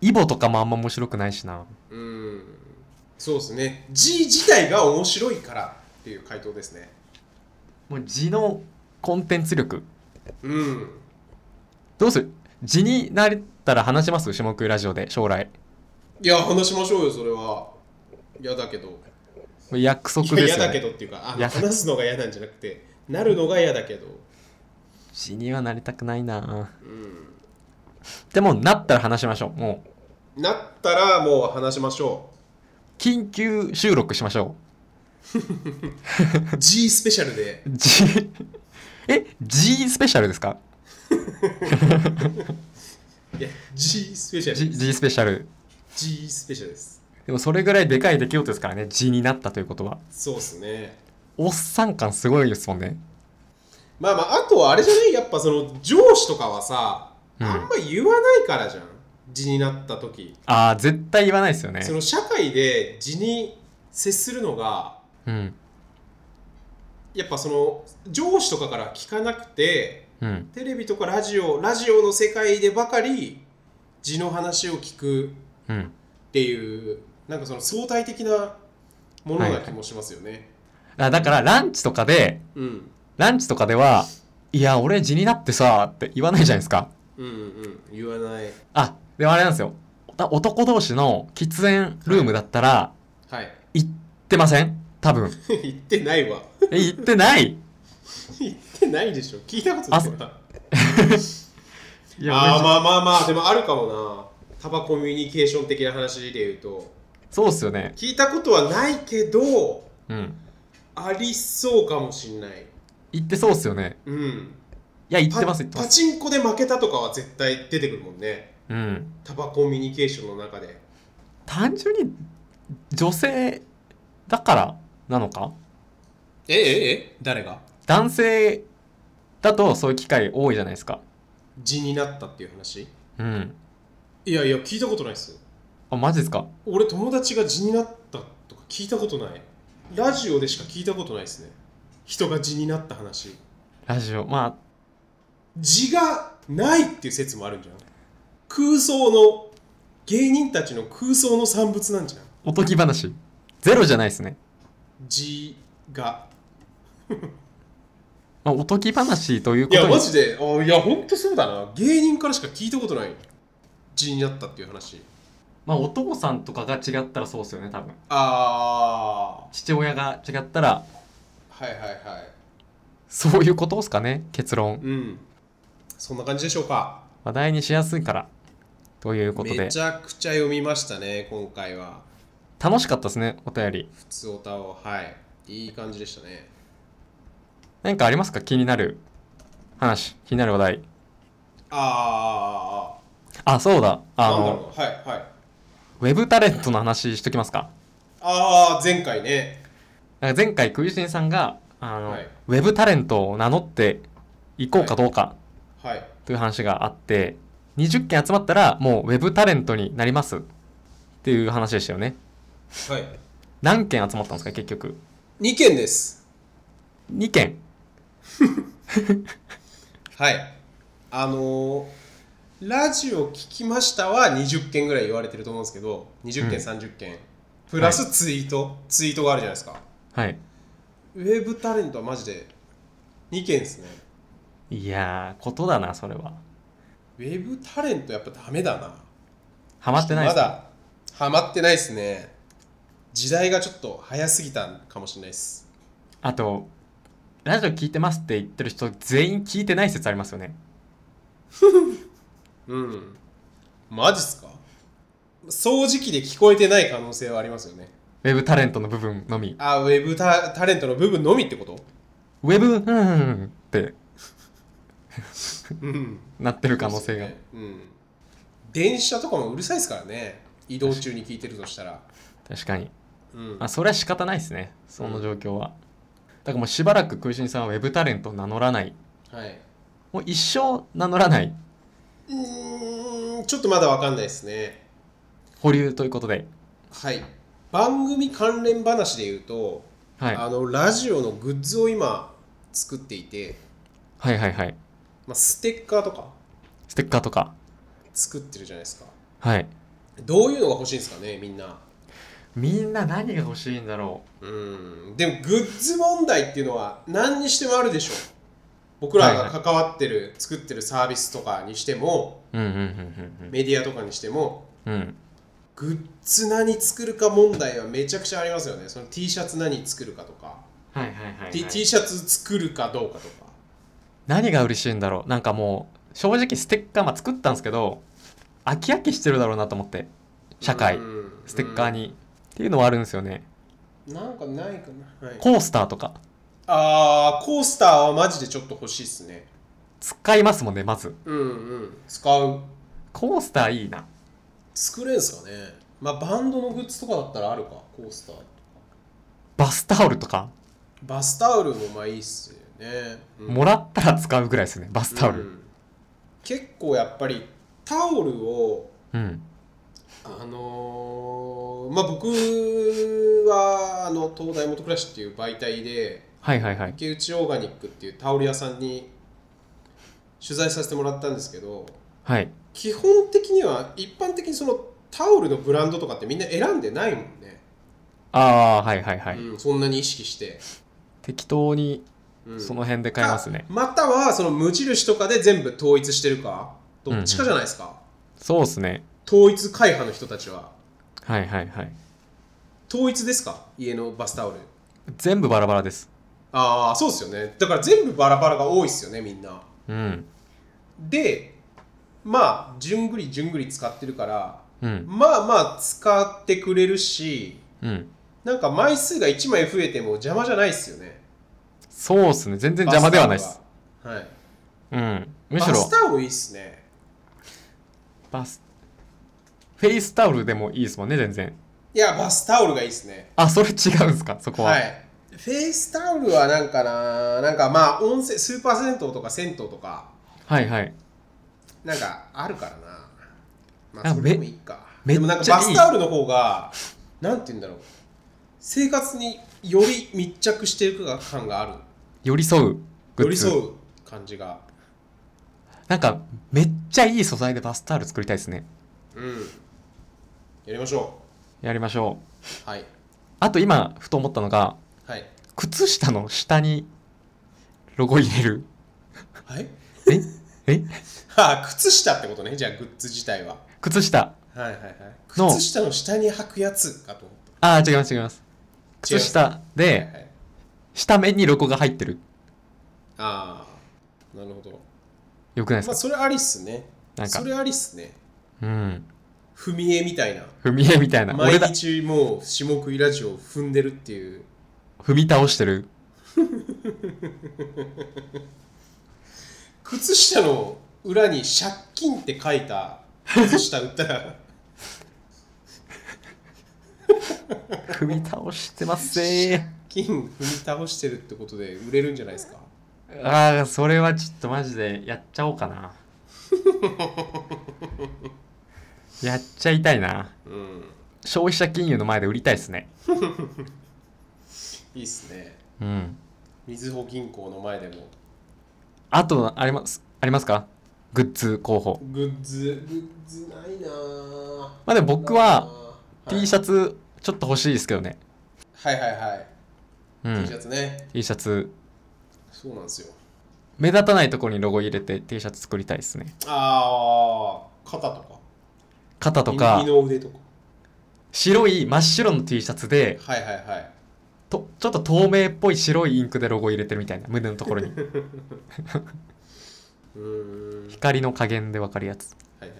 イボとかもあんま面白くないしな
うんそうですね字自体が面白いからっていう回答ですね
もう字のコンテンツ力
うん
どうする字になれたら話します下食いラジオで将来
いや話しましょうよそれは嫌だけど
これ約束
いや
で
嫌
すよ、
だけ
ね、
どっていうかあ
いや
の話すのが嫌なんじゃなくてなるのが嫌だけど
字にはなりたくないな
う
でもなったら話しましょうもうん
なったらもう話しましょ
緊急収録しましょ
う G スペシャルで
う字 *laughs* え G スペシャルですか
いや G スペシャル
G, G スペシャル
G スペシャルです
でもそれぐらいでかい出来事ですからね G になったということは
そうですね
おっさん感すごいですもんね
まあまああとはあれじゃないやっぱその上司とかはさ、
うん
あんま言わないからじゃん字になった時、
ああ絶対言わないですよね
その社会で字に接するのが
うん
やっぱその上司とかから聞かなくて
うん
テレビとかラジオラジオの世界でばかり字の話を聞く
うん
っていうなんかその相対的なものな気もしますよね、
あだからランチとかで
うん
ランチとかでは「いや俺地になってさ」って言わないじゃないですか
うんうん言わない
あでもあれなんですよお男同士の喫煙ルームだったら
はい *laughs*
行ってません多分
言ってないわ
え行ってない
言ってないでしょ聞いたこと
あ
な
そ
いわ
*laughs* い
あーまあまあまあでもあるかもなタバコミュニケーション的な話で言うと
そうっすよね
聞いたことはないけど
うん
ありそうかもしんない
行ってそうっすよね
うん
いや行
パ
ってます行ってま
パ
す
チンコで負けたとかは絶対出てくるもんね
うん
タバコミュニケーションの中で
単純に女性だからなのか
えええ誰が
男性だとそういう機会多いじゃないですか
字になったっていう話
うん
いやいや聞いたことないっす
あマジですか
俺友達が字になったとか聞いたことないラジオでしか聞いたことないですね人が字になった話
ラジオまあ
字がないっていう説もあるんじゃん空想の芸人たちの空想の産物なんじゃん
おとぎ話ゼロじゃないですね、
字が
まあ、おとぎ話という
い
こと
や
に
マジであいやほんとそうだな芸人からしか聞いたことない字になったっていう話
まあ、お父さんとかが違ったらそうですよね多分
あ
父親が違ったら
ーはいはいはい
そういうことですかね結論
うんそんな感じでしょうか
話題にしやすいからということで
めちゃくちゃ読みましたね今回は
楽しかったですねお便り
普通おたをはいいい感じでしたね
何かありますか気になる話気になる話題
あ
あそうだ
ー
あ
あーあーなんだ
の
ろうはいはい
ウェブタレントの話しときますか
ああ前回ね
なんか前回クイシンさんがあの、
はい
ウェブタレントを名乗っていこうかどうか
はい
という話があって、20件集まったらもうウェブタレントになりますっていう話でしたよね
はい
何件集まったんですか結局
2件です
2件
はいあのーラジオ聞きましたは20件ぐらい言われてると思うんですけど20件、
うん
30件プラスツイート、ツイートがあるじゃないですか
はい。
ウェブタレントはマジで2件ですね
いやー、ことだな、それは。
ウェブタレントやっぱダメだな
ハマってないっ
ます
ね
だハマってないですね時代がちょっと早すぎたんかもしれないです
あと、ラジオ聞いてますって言ってる人、全員聞いてない説ありますよね。
うんマジっすか掃除機で聞こえてない可能性はありますよね
ウェブタレントの部分のみ。
あウェブタタレントの部分のみってこと
ウェブ、うん、って
うん
なってる可能性が。
うん電車とかもうるさいですからね移動中に聞いてるとしたら
確かに。
うん
まあ、それは仕方ないですね。その状況は。だからもうしばらく空心さんはウェブタレントを名乗らない。
はい
もう一生名乗らない
うーんちょっとまだわかんないですね
保留ということで。
はい番組関連話で言うと、
はい。
あのラジオのグッズを今作っていて、
はいはいはい。
まあ、ステッカーとか
ステッカーとか。
作ってるじゃないですか
はい。
どういうのが欲しいんですかねみんな
みんな何が欲しいんだろ
うんでもグッズ問題っていうのは何にしてもあるでしょ僕らが関わってる、作ってるサービスとかにしても
う。うんうんうん
メディアとかにしても
うんうん。うん。
グッズ何作るか問題はめちゃくちゃありますよねその T シャツ何作るかとか、
はいはいはい、はい。
T- T シャツ作るかどうかとか
何が嬉しいんだろうなんかもう正直ステッカー、まあ、作ったんですけど飽き飽きしてるだろうなと思って社会
うん
ステッカーに、っていうのはあるんですよね
うんなんかないかな、はい、
コースターとか
あーコースターはマジでちょっと欲しいっすね
使いますもんねまず
うんうん使う
コースターいいな
作れんすかねまあバンドのグッズとかだったらあるかコースターとか
バスタオルとか
バスタオルもまあいいっすよね、うん
もらったら使うぐらいですねバスタオ
う
ル
ん結構やっぱりタオルを
うん
あのーまあ僕はあの東大元暮らしっていう媒体で
はいはいはい
池内オーガニックっていうタオル屋さんに取材させてもらったんですけど
はい
基本的には一般的にそのタオルのブランドとかってみんな選んでないもんね、
ああーはいはいはい、
うん、そんなに意識して、
適当に
うん
その辺で買いますね、
かまたはその無印とかで全部統一してるかどっちかじゃないですか、
そうですね
統一会派の人たちは
はいはいはい
統一ですか家のバスタオル
全部バラバラです
ああそうですよねだから全部バラバラが多いですよねみんな
うん
でまあじゅんぐりじゅんぐり使ってるから
うん
まあまあ使ってくれるし
うん
なんか枚数が1枚増えても邪魔じゃないですよね
そうですね全然邪魔ではないです
バスタオルははい
うんむ
バ
しろ
スタオルいいっすね
バスフェイスタオルでもいいですもんね全然
いやバスタオルがいいっすね
あそれ違うんですかそこは、
はいフェイスタオルはなんかななんかまあ温泉スーパー銭湯とか銭湯とか
はいはい
なんかあるからな。まあ、
あ
それでもいいか。
め
でもな
め
んか
っちゃい
バ
い
スタオルの方が、なんて言うんだろう。生活により密着していく感がある。
寄り添うグ
寄
ッ
り
ズ
添う感じが。
なんかめっちゃいい素材でバスタオル作りたいですね
うん。やりましょ
やりましょう
う。はい。
あと今ふと思ったのが
はい。
靴下の下にロゴ入れる
はい
ええ
*laughs* はあ、靴下ってことね。じゃあ、グッズ自体は。
靴下
はいはいはい。
の
靴下の下に履くやつかと思っ
あー違います違います靴下
た。はい
で
はい。
下面にロゴが入ってる
ああ、なるほど。
よくないです
まあ、
か
それありっすね。
なんか
それありっすね。
うん
踏み絵みたいな。
踏み絵みたいな俺
毎
だ
日もう下食いラジオを踏んでるっていう
踏み倒してる
靴下の裏に借金って書いた靴下売ったら *laughs*
踏み倒してます
借
ぜ
金踏み倒してるってことで売れるんじゃないですか
ああそれはちょっとマジでやっちゃおうか
*laughs*
なやっちゃいたいな
うん
消費者金融の前で売りたいですね
いいっすね
うん
みずほ銀行の前でも
あとありますありますかグッズ候補。
グッズグッズないなぁ
まあでも僕は T シ
ャ
ャツちょっと欲しいですけどね。
ツはいはいはい、
う
T シ
ん。
ャツね
T シャツ。
そうなんですよ
目立たないところにロゴ入れて T シャツ作りたいですね。
ああ肩とか
肩とか
耳、の腕とか
白い真っ白の T シャツで、
はいはいはい
とちょっと透明っぽい白いインクでロゴ入れてるみたいな胸のとこ *laughs* ろに
うーんはい
光の加減で分かるやつ
はいはい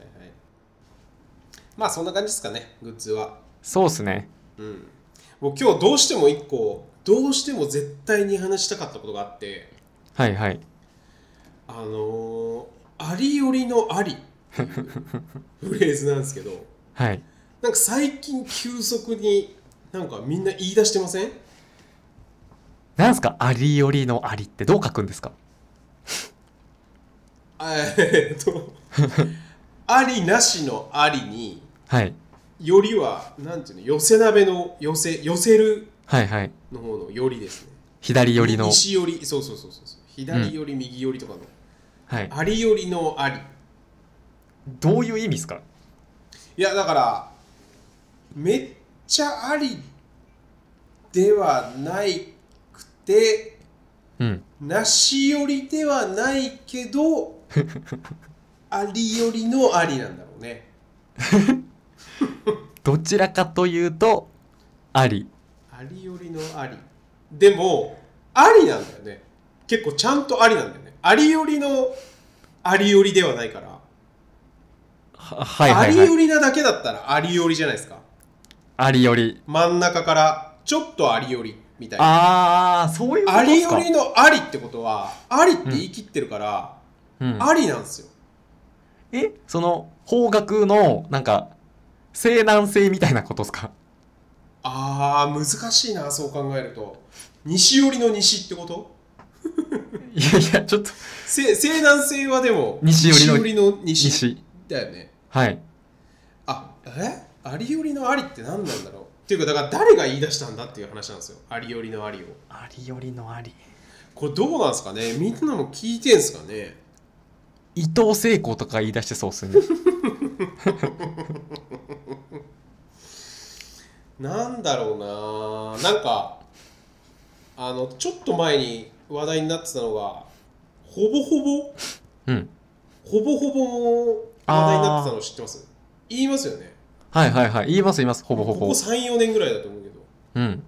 まあそんな感じですかねグッズは
そうっすね
うんもう今日どうしても一個どうしても絶対に話したかったことがあって
はいはい
あのー、ありよりの
*laughs*
ありっていうフレーズなんですけど
はい
なんか最近急速になんかみんな言い出してません
なんすかありよりのありってどう書くんですか
えーっとありなしのありに
はい
よりはなんていうの寄せ鍋の寄せ寄せる
はいはい
の方のよりですね
左寄りの
西寄りそうそうそうそうそう左寄り、右寄りとかの
はい
ありよりのあり
どういう意味ですか
いやだからめっちゃありではないくて
うん
なし寄りではないけど
*laughs*
ありよりのありなんだろうね
どちらかというとあり
ありよりのありでもありなんだよね結構ちゃんとありなんだよねありよりのありよりではないから、
ははいはい
ありよ
はい
りなだけだったらありよりじゃないですか
ありより
真ん中からちょっとありよりみたいな
ああそういうこと
あ
で
り
す
よ
か
りのありってことはありって言い切ってるから、
うん
ありなんですよ
えその方角のなんか西南西みたいなことですか *laughs*
あー難しいなそう考えると西寄りの西ってこと
いやいやちょっと
西西南西はでも
西寄りの
西寄りの西
西
だよね
はい
あえありよりのありって何なんだろうっていうかだから誰が言い出したんだっていう話なんですよありよりのありを
ありよりのあり
これどうなんですかねみんなも聞いてんすかね
伊藤聖子とか言い出してそうっ *laughs* すね
なんだろうななんかあのちょっと前に話題になってたのがほぼほぼ
うん
ほぼほぼも話題になってたの知ってます言いますよね
はいはいはい言います言いますほぼほ
ここ
ぼ
34年ぐらいだと思うけど
うん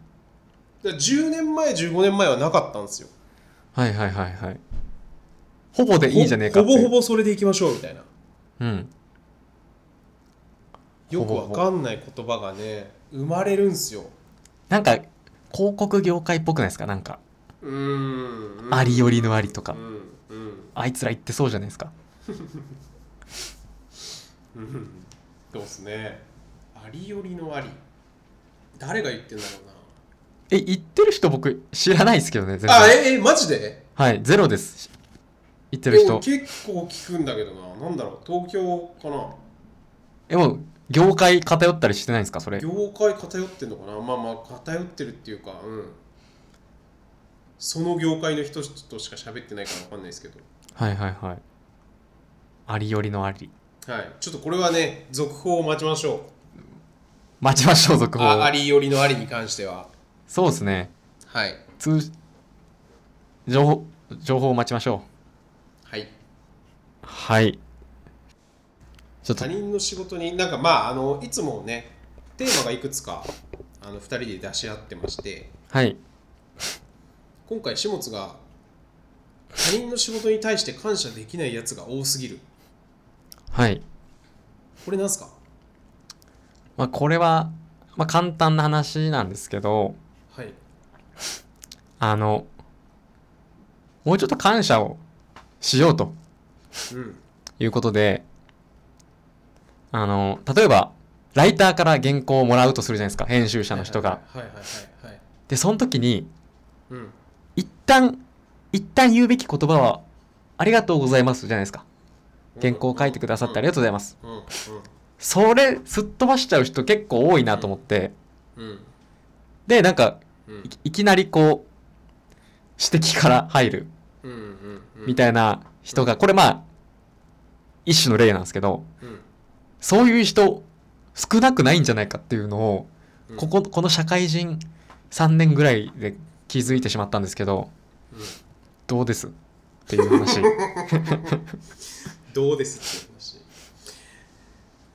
だから10年前15年前はなかったんですよ
はいはいはいはいほぼでいいじゃねえかっ
ほ
て
ぼほぼそれでいきましょうみたいな
うん
よくわかんない言葉がね生まれるんすよ
なんか広告業界っぽくないですかなんか
うーん
ありよりのありと
う
か
んうん
あいつら言ってそうじゃないですか
うんそうっすねありよりのあり誰が言ってんだろうな
え言ってる人僕知らないですけどね全
あ
然
ええマジで
はいゼロです言ってる
でも
人
結構聞くんだけどななんだろう東京かな
えもう業界偏ったりしてないんですかそれ
業界偏ってんのかなまあまあ偏ってるっていうかうんその業界の人としか喋ってないからわかんないですけど
はいはいはいありよりのあり
はいちょっとこれはね続報を待ちましょ
待ちましょう続
う
報
あありよりのありに関しては
そうですね
はい
通情報情報を待ちましょ
はい、
うはいちょっと
他人の仕事になんかまああのいつもねテーマがいくつかあの2人で出し合ってまして
はい
今回始末が他人の仕事に対して感謝できないやつが多すぎる
はい、
これなんすか
まあ、これは、まあ、簡単な話なんですけど
はい
あのもうちょっと感謝をしようと
うん
いうことであの例えばライターから原稿をもらうとするじゃないですか編集者の人が
はいはいはいはい、はい、
でその時に
うん
一旦一旦言うべき言葉は「ありがとうございます」じゃないですか原稿を書いてくださってありがとうございます
うんうん
それすっ飛ばしちゃう人結構多いなと思って
うん
でなんか
うん
いいきなりこう指摘から入る
うんうんうん
みたいな人がこれまあ一種の例なんですけど
うん
そういう人少なくないんじゃないかっていうのを
うん
こここの社会人3年ぐらいで気づいてしまったんですけど
うん
どうですっていう話
*laughs* どうですって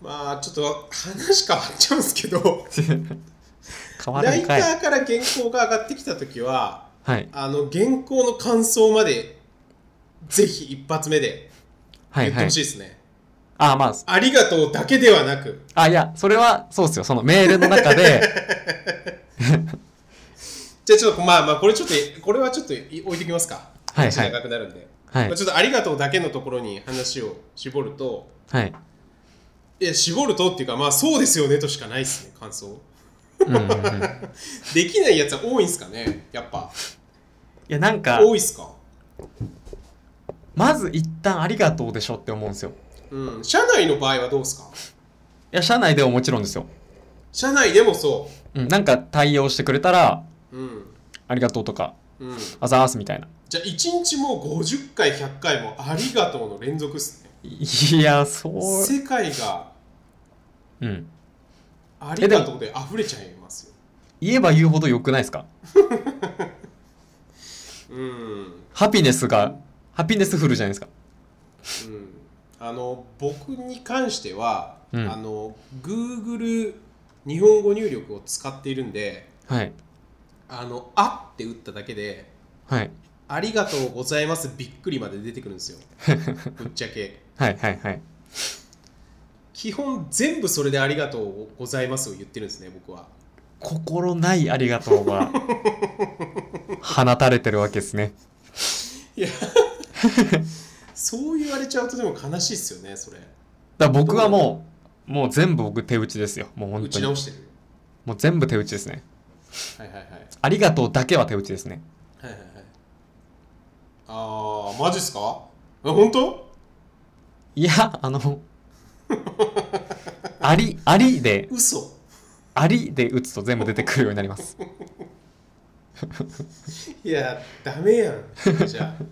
話まあちょっと話変わっちゃうんですけど
変わ
ラ
る
イ
ん
タ
かい
ーから原稿が上がってきた時は
はい
あの原稿の感想までぜひ一発目で
はい
言って
はい
ほしいですね、
あまあ
ありがとうだけではなく
あいやそれはそうですよそのメールの中
*laughs*
で
じゃあちょっとまあまあこれちょっとこれはちょっとい置いてきますか
はいはい
話長くなるんで、
は
ま
い
あ、ちょっとありがとうだけのところに話を絞ると
はい
いや絞るとっていうかまあそうですよねとしかないですね感想
うんうんうんい
できないやつは多いんすかねやっぱ
やなんか
多いっすか
まず一旦ありがとうでしょって思うんですよ
うん社内の場合はどうっすか
いや社内でももちろんですよ、
社内でもそ
うん、なんか対応してくれたら
ううん
ありがとうとか
うん
あざーすみたいな
じゃあ一日もう50回100回もありがとうの連続っすね
いやそう
世界が
うん
ありがとうで溢れちゃいますよ
言えば言うほど良くないですか
うん
ハピネスがハピネスフルじゃないですか
うんあの僕に関しては、
うん
あの Google 日本語入力を使っているんで
はい
「あのあ」って打っただけで
はい
「ありがとうございます」びっくりまで出てくるんで
*laughs*
すよぶっちゃけ
はいはいはい
基本全部それで「ありがとうございます」を言ってるんですね僕は
心ないありがとうが放たれてるわけですね
そう言われちゃうとでも悲しいっすよねそれ
だから僕はもうもう全部僕手打ちですよもう
打
本当
ち
に
直してる
もう全部手打ちですね
はいはいはい
ありがとうだけは手打ちですね
はいはいはいあーマジっすかあ本当
いやあの *laughs* ありありで
嘘
ありで打つと全部出てくるようになります
いや、ダメやん。じゃあ。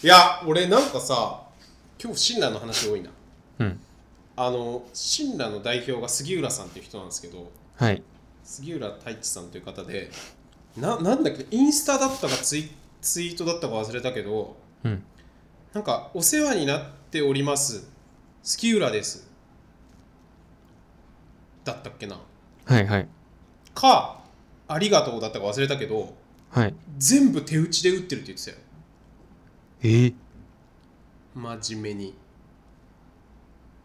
*laughs* いや、俺なんかさ、今日、シンラの話多いな。
うん
あの、シンラの代表が杉浦さんっていう人なんですけど、
はい
杉浦太一さんという方で、ななんだっけ、インスタだったかツイツイートだったか忘れたけど、
うん
なんか、お世話になっております。杉浦です。だったっけな。
はいはい
か、ありがとうだったか忘れたけど、
はい
全部手打ちで打ってるって言ってたよ。
えー、
真面目に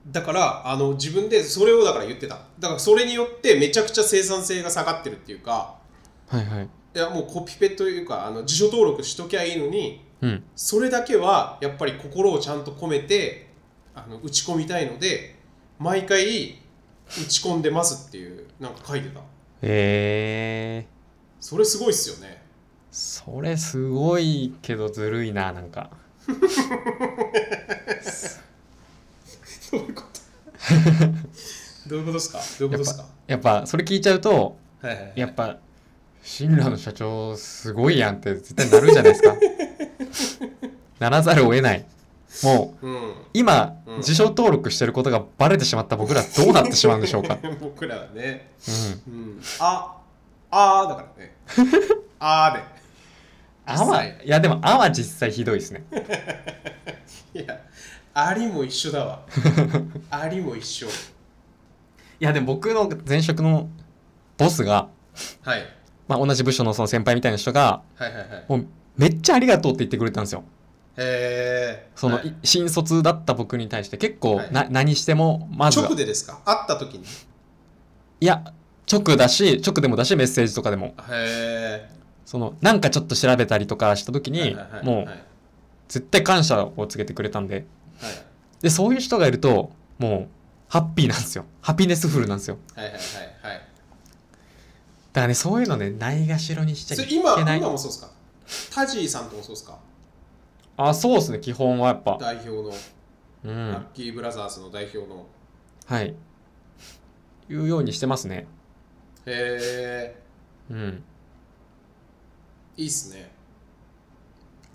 だからあの自分でそれをだから言ってただからそれによってめちゃくちゃ生産性が下がってるっていうか
はいはい
いやもうコピペというかあの辞書登録しときゃいいのに
うん
それだけはやっぱり心をちゃんと込めてあの打ち込みたいので毎回打ち込んでますっていうなんか書いてた
えー、
それすごいっすよね
それすごいけどずるいななんか
どういうことどういうことですかどういうことですか
やっぱそれ聞いちゃうと
はいはいはい
やっぱ新羅の社長すごいやんって絶対なるじゃないですか *laughs* ならざるを得ないもう
うん
今
うん
自称登録してることがバレてしまった僕らどうなってしまうんでしょうか、
*laughs* 僕らはね
うん、
うん、あ、あーだからね。 *laughs* あ
あは
実
いやでも「あ」は実際ひどいですね
ーで。いや、ありも一緒
*laughs*
だわ。ありも一緒。
いやでも僕の前職のボスが、
はい。
まあ、同じ部署のその先輩みたいな人が
はいはいはい。
もうめっちゃありがとうって言ってくれたんですよ
えー、
その、
はい
い新卒だった僕に対して結構
はい
な、何してもまずは
直でですか会った時に。
いや直だし直でもだしメッセージとかでも
へ
そのなんかちょっと調べたりとかした時
ー。
に
はいはいはい
も
は
う
い
絶対感謝を告げてくれたんででそういう人がいるともうハッピーなんですよハピネスフルなんですよ
はいはいはいはいはい。
だからねそういうのねないがしろにしちゃ
そ
い
れ今
けない
今もそうですかタジーさんともそうですか
あそうですね基本はやっぱ
代表の、
う
ラ
ん
ッキーブラザーズの代表の。
はいいうようにしてますね
へ
うん
ー、いいっすね。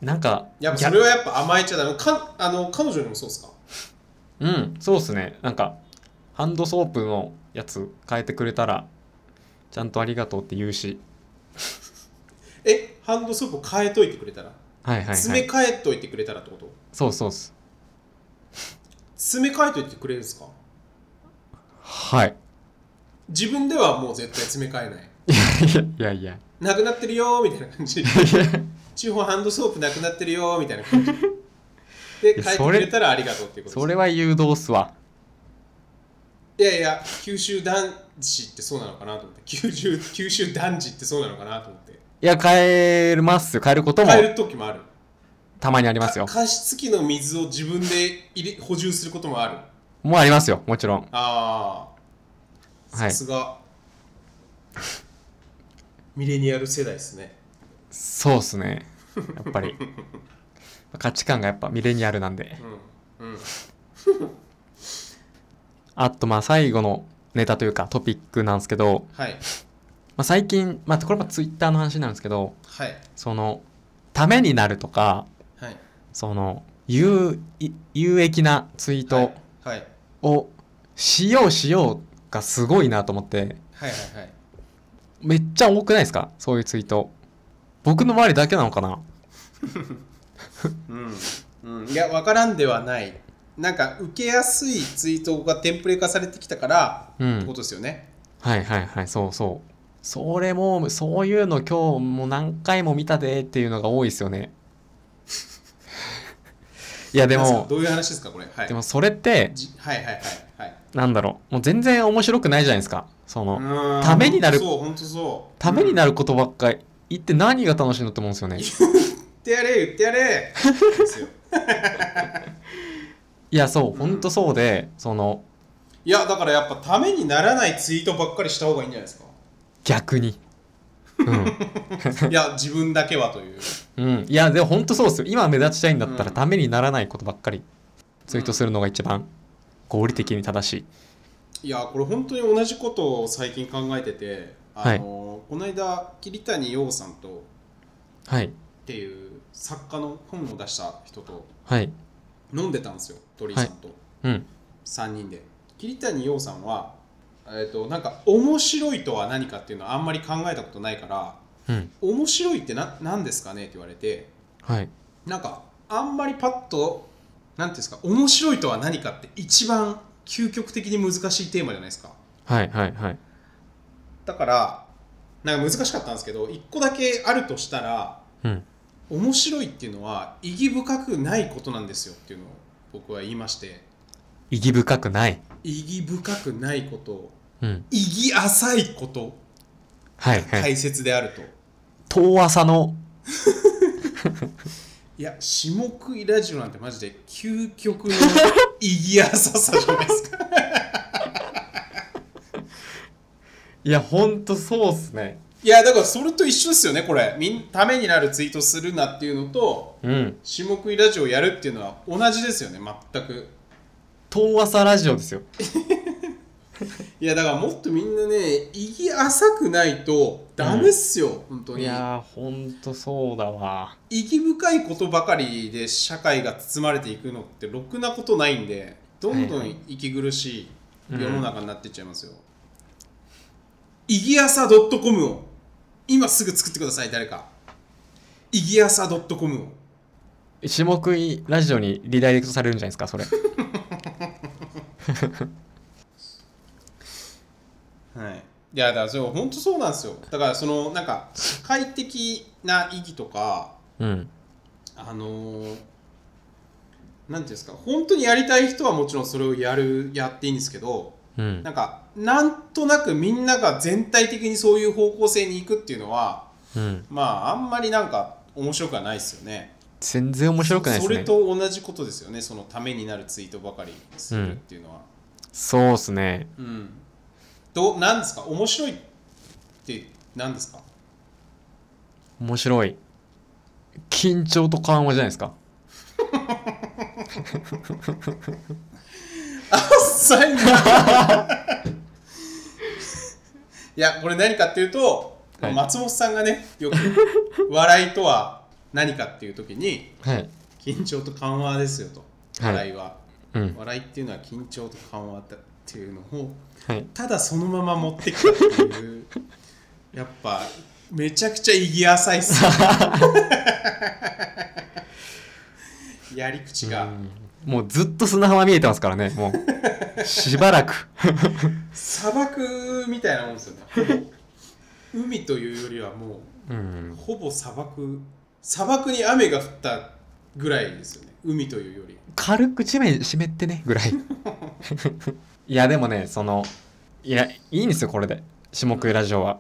なんか
やっぱそれはやっぱ甘えちゃダメかあの彼女にもそうっすか
うんそうっすねなんかハンドソープのやつ変えてくれたらちゃんとありがとうって言うし
えハンドソープを変えといてくれたら、
はいはい、はい、
詰め替えといてくれたらってこと
そうそうっす
詰め替えといてくれるんですか
はい *laughs*
自分ではもう絶対詰め替えない
いやいや
なくなってるよーみたいな
*laughs*
感じ地方ハンドソープなくなってるよーみたいな感じで
いや
変えて
そ
く
れ
れたらありがとうっていうことです
それは誘導っすわ
いやいや九州男子ってそうなのかなと思って九州九州男児ってそうなのかなと思って
いや変えますよ変えることも
変える時もある
たまにありますよ
か加湿器の水を自分で入れ補充することもある
もうありますよもちろん
ああ
は
さ
い
すが、ミレニアル世代ですね
そうっすねやっぱり価値観がやっぱミレニアルなんで
うんうん
あとまあ最後のネタというかトピックなんですけど、
はい
まあ、最近、まあ、これはツイッターの話なんですけど
はい
そのためになるとか
はい
その有い有益なツイート
はいはい
をしようしようがすごいなと思って
はいはいはい
めっちゃ多くないですかそういうツイート僕の周りだけなのかな
うん、うん、いや分からんではないなんか受けやすいツイートがテンプレ化されてきたから、
う
ってこ
ん
とですよね
はいはいはいそうそうそれもそういうの今日もう何回も見たでっていうのが多いですよね *laughs* いやで
なんすか
も
どういう話ですかこれはい
でもそれって
じはいはいはいはい
なんだろうもう全然面白くないじゃないですかその、
うーん
ためになる
そう本当そう
ためにな
る、
ることばっかり言って何が楽しいのって思うんですよね
言ってやれ言ってやれですよ
いやそうほんとそうでその
いやだからやっぱためにならないツイートばっかりした方がいいんじゃないですか
逆にうん、
いや自分だけはという
うん、いやでもほんとそうですよ今目立ちたいんだったら
うん
ためにならないことばっかりツイートするのが一番合理的に正しい
いやこれ本当に同じことを最近考えててあの、この間桐谷陽さんとっ
はい
ていう作家の本を出した人と
はい
飲んでたんですよ鳥居さんと、
うん
3人で桐谷陽さんはえっ、となんか面白いとは何かっていうのはあんまり考えたことないから
うん
面白いってな何ですかねって言われて
はい
なんかあんまりパッと何ていうんですか面白いとは何かって一番究極的に難しいテーマじゃないですか
はいはいはい
だからなんか難しかったんですけど一個だけあるとしたら
うん
面白いっていうのは意義深くないことなんですよっていうのを僕は言いまして
意義深くない
意義深くないこと
うん
意義浅いこと
はいはい、
大切であると、
遠浅の
いや下食いラジオなんてマジで究極の意義浅さじゃないですか
いやほんとそうっすね
いやだからそれと一緒ですよねこれみんためになるツイートするなっていうのと
うん
下食いラジオやるっていうのは同じですよね全く
遠浅ラジオですよ
いやだからもっとみんなね意義浅くないとダメっすよ、本当
い
に
やーほんとそうだわ
意義深いことばかりで社会が包まれていくのってろくなことないんでどんど
はいは
ん息苦しい世の中になっていっちゃいますよ、意義浅 .com を今すぐ作ってください誰か意義浅 .com を
下食いラジオにリダイレクトされるんじゃないですかそれ
はいいやだからそれ本当そうなんですよだからそのなんか社会的な意義とか
うん
あのーなんていうんですか本当にやりたい人はもちろんそれをやるやっていいんですけど
うん
なんかなんとなくみんなが全体的にそういう方向性に行くっていうのは
うん
まああんまりなんか面白くはないですよね
全然面白くないです
それ
ね
と同じことですよねそのためになるツイートばかりするっていうのは
そうっすね
うん、どうなんですか面白いって何ですか
面白い緊張と緩和じゃないですか
浅い *laughs* ないやこれ何かっていうと、
はい
松本さんがねよく笑いとは何かっていう時に
はい。
緊張と緩和ですよと
はい
笑いは、
うん。
笑いっていうのは緊張と緩和だっていうのを
はい。
ただそのまま持ってきたっていうやっぱめちゃくちゃ意義浅い
*laughs*
っすねやり口が
もうずっと砂浜見えてますからね、も *laughs* う。しばらく。
砂漠みたいなもんですよね海というよりはも
う。
うんほぼ砂漠砂漠に雨が降ったぐらいですよね海というより
軽く地面湿ってね、ぐ *laughs* らい。いや、でもね、その、いや、いいんですよ、これで。下食いラジオは。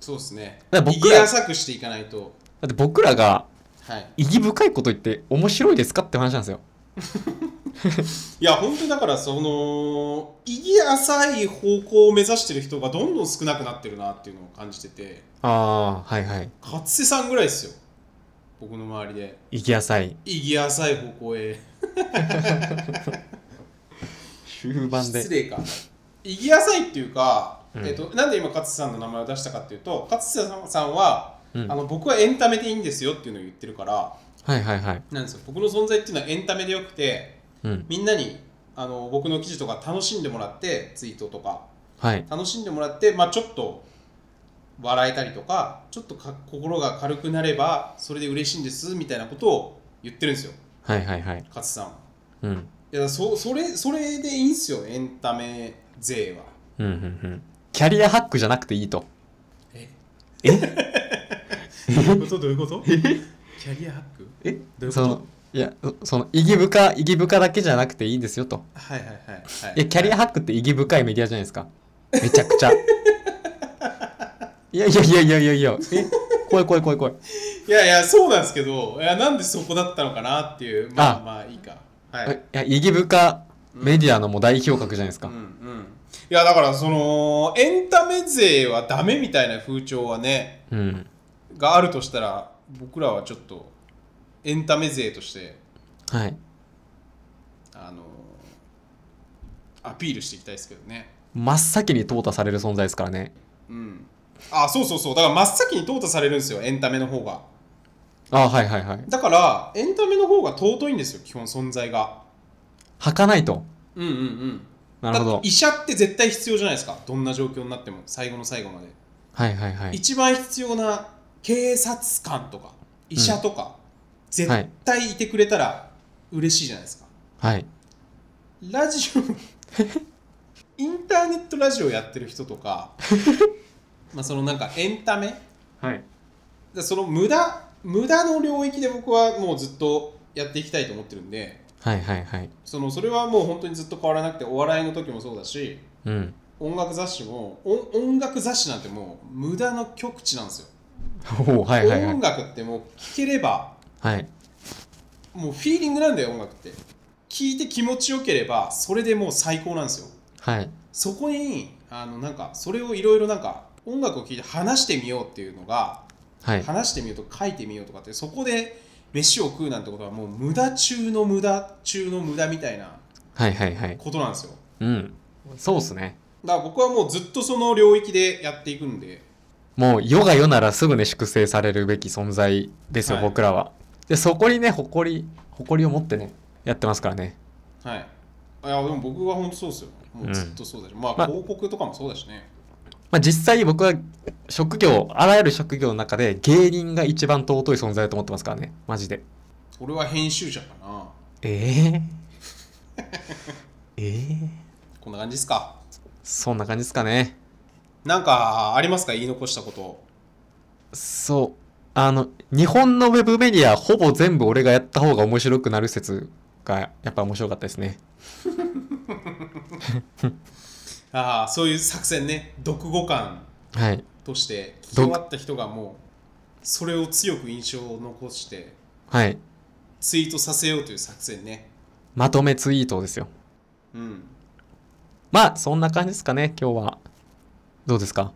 そうですね
だから
意
僕
義
ら
浅くしていかないと
だって僕らが
はい
意義深いこと言って面白いですかって話なんですよ。
いや本当にだからその意義浅い方向を目指してる人がどんどん少なくなってるなっていうのを感じてて
ああ、はいはい。
勝瀬さんぐらいですよ僕の周りで
意義浅い。
意義浅い方向へ
終盤で
失。礼か意義浅いっていうか、
うん
えっとなんで今勝瀬さんの名前を出したかっていうと勝瀬さんは、
うん
あの僕はエンタメでいいんですよっていうのを言ってるから
はいはいはい。
なんですよ僕の存在っていうのはエンタメでよくて
うん。
みんなにあの僕の記事とか楽しんでもらってツイートとか
はい。
楽しんでもらって、まあ、ちょっと笑えたりとかちょっとか心が軽くなればそれで嬉しいんですみたいなことを言ってるんですよ
はいはいはい。
勝瀬さんは
うん。
いやそそれそれでいいんすよエンタメ勢は
うんうんうん。キャリアハックじゃなくていいと。
え
え
*laughs* どういうことどういうことキャリアハック
え
どういうこと
その、いや、その、意義深、意義深だけじゃなくていいんですよと。
はいはいはいはい
いや、キャリアハックって意義深いメディアじゃないですか。めちゃくちゃ。いやいやいやいやいやいや、え怖い怖い怖い怖い。
いやいやそうなんですけどいやなんでそこだったのかなっていうまあ
あ
まあいいかはい、
いや、意義深メディアのもう代表格じゃないです
う
か
んう。ん、いやだからそのエンタメ勢はダメみたいな風潮はね
うん。
があるとしたら僕らはちょっとエンタメ勢として
はい。
あのアピールしていきたいですけどね
真っ先に淘汰される存在ですからね。
うんあそうそうそうだから真っ先に淘汰されるんですよエンタメの方が
あはいはいはい。
だからエンタメの方が尊いんですよ基本存在が
はかないと。
うんうんうん
なるほ
だっ
ど
て。医者って絶対必要じゃないですかどんな状況になっても最後の最後まで、
はいはいはい。
一番必要な警察官とか医者とか、絶対いてくれたら嬉しいじゃないですか、
はい。
ラジ
*laughs*
オインターネットラジオやってる人
*laughs*
とかまあそのなんかエンタメ
はい。
でその無駄無駄の領域で僕はもうずっとやっていきたいと思ってるんで
はいはいはい。
そのそれはもう本当にずっと変わらなくてお笑いの時もそうだし
うん。
音楽雑誌も音音楽雑誌なんてもう無駄の極致なんですよ、
*laughs* おおはいはいはい
音。楽ってもう聴ければ
はい。
もうフィーリングなんだよ音楽って聴いて気持ちよければそれでもう最高なんですよ
はい。
そこにあのなんかそれをいろいろなんか音楽を聴いて話してみようっていうのが
はい。
話してみようとか書いてみようとかってそこで飯を食うなんてことはもう無駄中の無駄中の無駄みたいな
はいはいはい。
ことなんですよ
うん。そうっすね。
だから僕はもうずっとその領域でやっていくんで
もう世が世ならすぐね粛清されるべき存在ですよ、
はい
僕らはでそこにね誇り誇りを持ってねやってますからね
はいいやでも僕は本当そうですよもうずっとそうだし、まあ
ま
広告とかもそうだしね
まあ実際僕は職業あらゆる職業の中で芸人が一番尊い存在だと思ってますからねマジで
俺は編集者かな
え *laughs* えええ
こんな感じですか
そんな感じですかね
なんかありますか言い残したこと
そうあの日本のウェブメディアほぼ全部俺がやった方が面白くなる説がやっぱ面白かったですね
ああそういう作戦ね読語感
はい
として聞き終
読
わった人がもうそれを強く印象を残して
はい
ツイートさせようという作戦ね
まとめツイートですよ
うん
まあそんな感じですかね今日はどうですか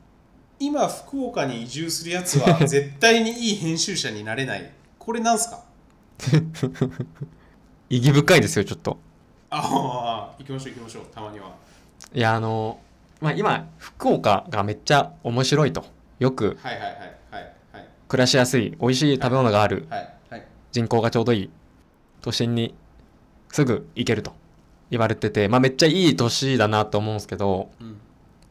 今福岡に移住するやつ *laughs* は絶対にいい編集者になれないこれなんすか
意義深いですよちょっと
ああ行きましょう行きましょうたまにはい
やあのまあ今福岡がめっちゃ面白いとよく
はいはいはいはいはい
暮らしやすい美味しい食べ物がある
はい
人口がちょうどいい都心にすぐ行けると言われてて、まあ、めっちゃいい年だなと思うんですけど
うん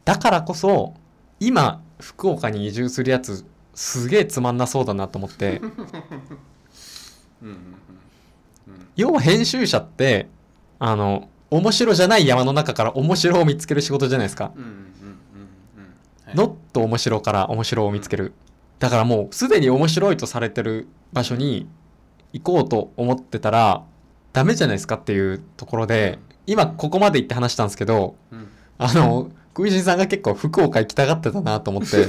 だからこそ今福岡に移住するやつすげえつまんなそうだなと思って
うんうんうんうん
要は編集者ってあの面白じゃない山の中から面白を見つける仕事じゃないですか。
うんうんうんうんはい
ノット面白から面白を見つける。だからもうすでに面白いとされてる場所に行こうと思ってたらダメじゃないですかっていうところで、今ここまで行って話したんですけど、
うん
あの、クイジンさんが結構福岡行きたがってたなと思
*laughs*
って、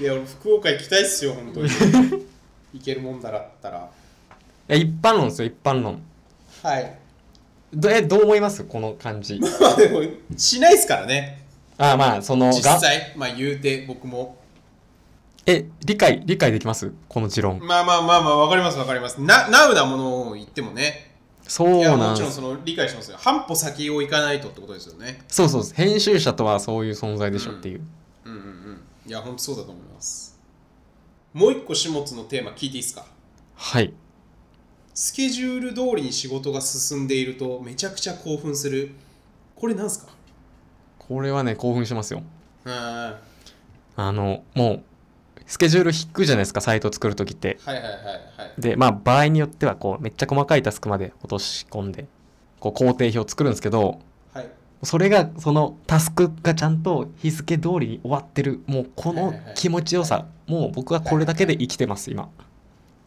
いや俺福岡行きたいっすよ
*laughs*
本当に行けるもんだったら
え一般論ですよ、一般論。
はい
どえ、どう思いますこの感じ。
まあでもしないっすからね
ああまあ、その、
実
が、
際まあ言うて僕も
え、理解、理解できますこの持論。
まあまあまあまあわかりますわかりますなナウなものを言ってもね
そう
いや
な
も
ん
ち
で
ろん
す
そ。の理解しますよ半歩先を行かないとってことですよね
そうそうです。編集者とはそういう存在でしょっていう。
うんうんうんいや本当そうだと思いますもう一個始末のテーマ聞いていいですか
はい。
スケジュール通りに仕事が進んでいるとめちゃくちゃ興奮するこれなんすか
これはね、興奮しますよ。
うんはい
あの、もう、スケジュール引くじゃないですか、サイト作るときって。
はいはいはい
で、まあ、場合によっては、こう、めっちゃ細かいタスクまで落とし込んで、こう、工程表を作るんですけど、
はい
それが、その、タスクがちゃんと日付通りに終わってる、もう、この気持ちよさ、もう僕はこれだけで生きてます、今。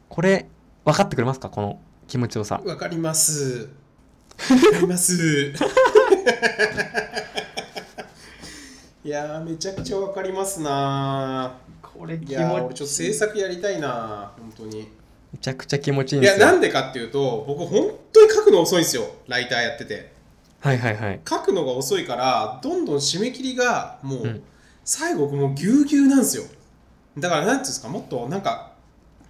これ、分かってくれますかこの気持ちよさ。
わかります。わかります。いやーめちゃくちゃわかりますな
これ
ー。いやー俺ちょっと制作やりたいなー本当に。
めちゃくちゃ気持ちいいん
い
で
や
すよ。
なんでかっていうと僕本当に書くの遅いんですよライターやってて
はいはいはい。
書くのが遅いからどんどん締め切りがもう、
うん
最後もうぎゅうぎゅうなんですよだからなんていうんですかもっとなんか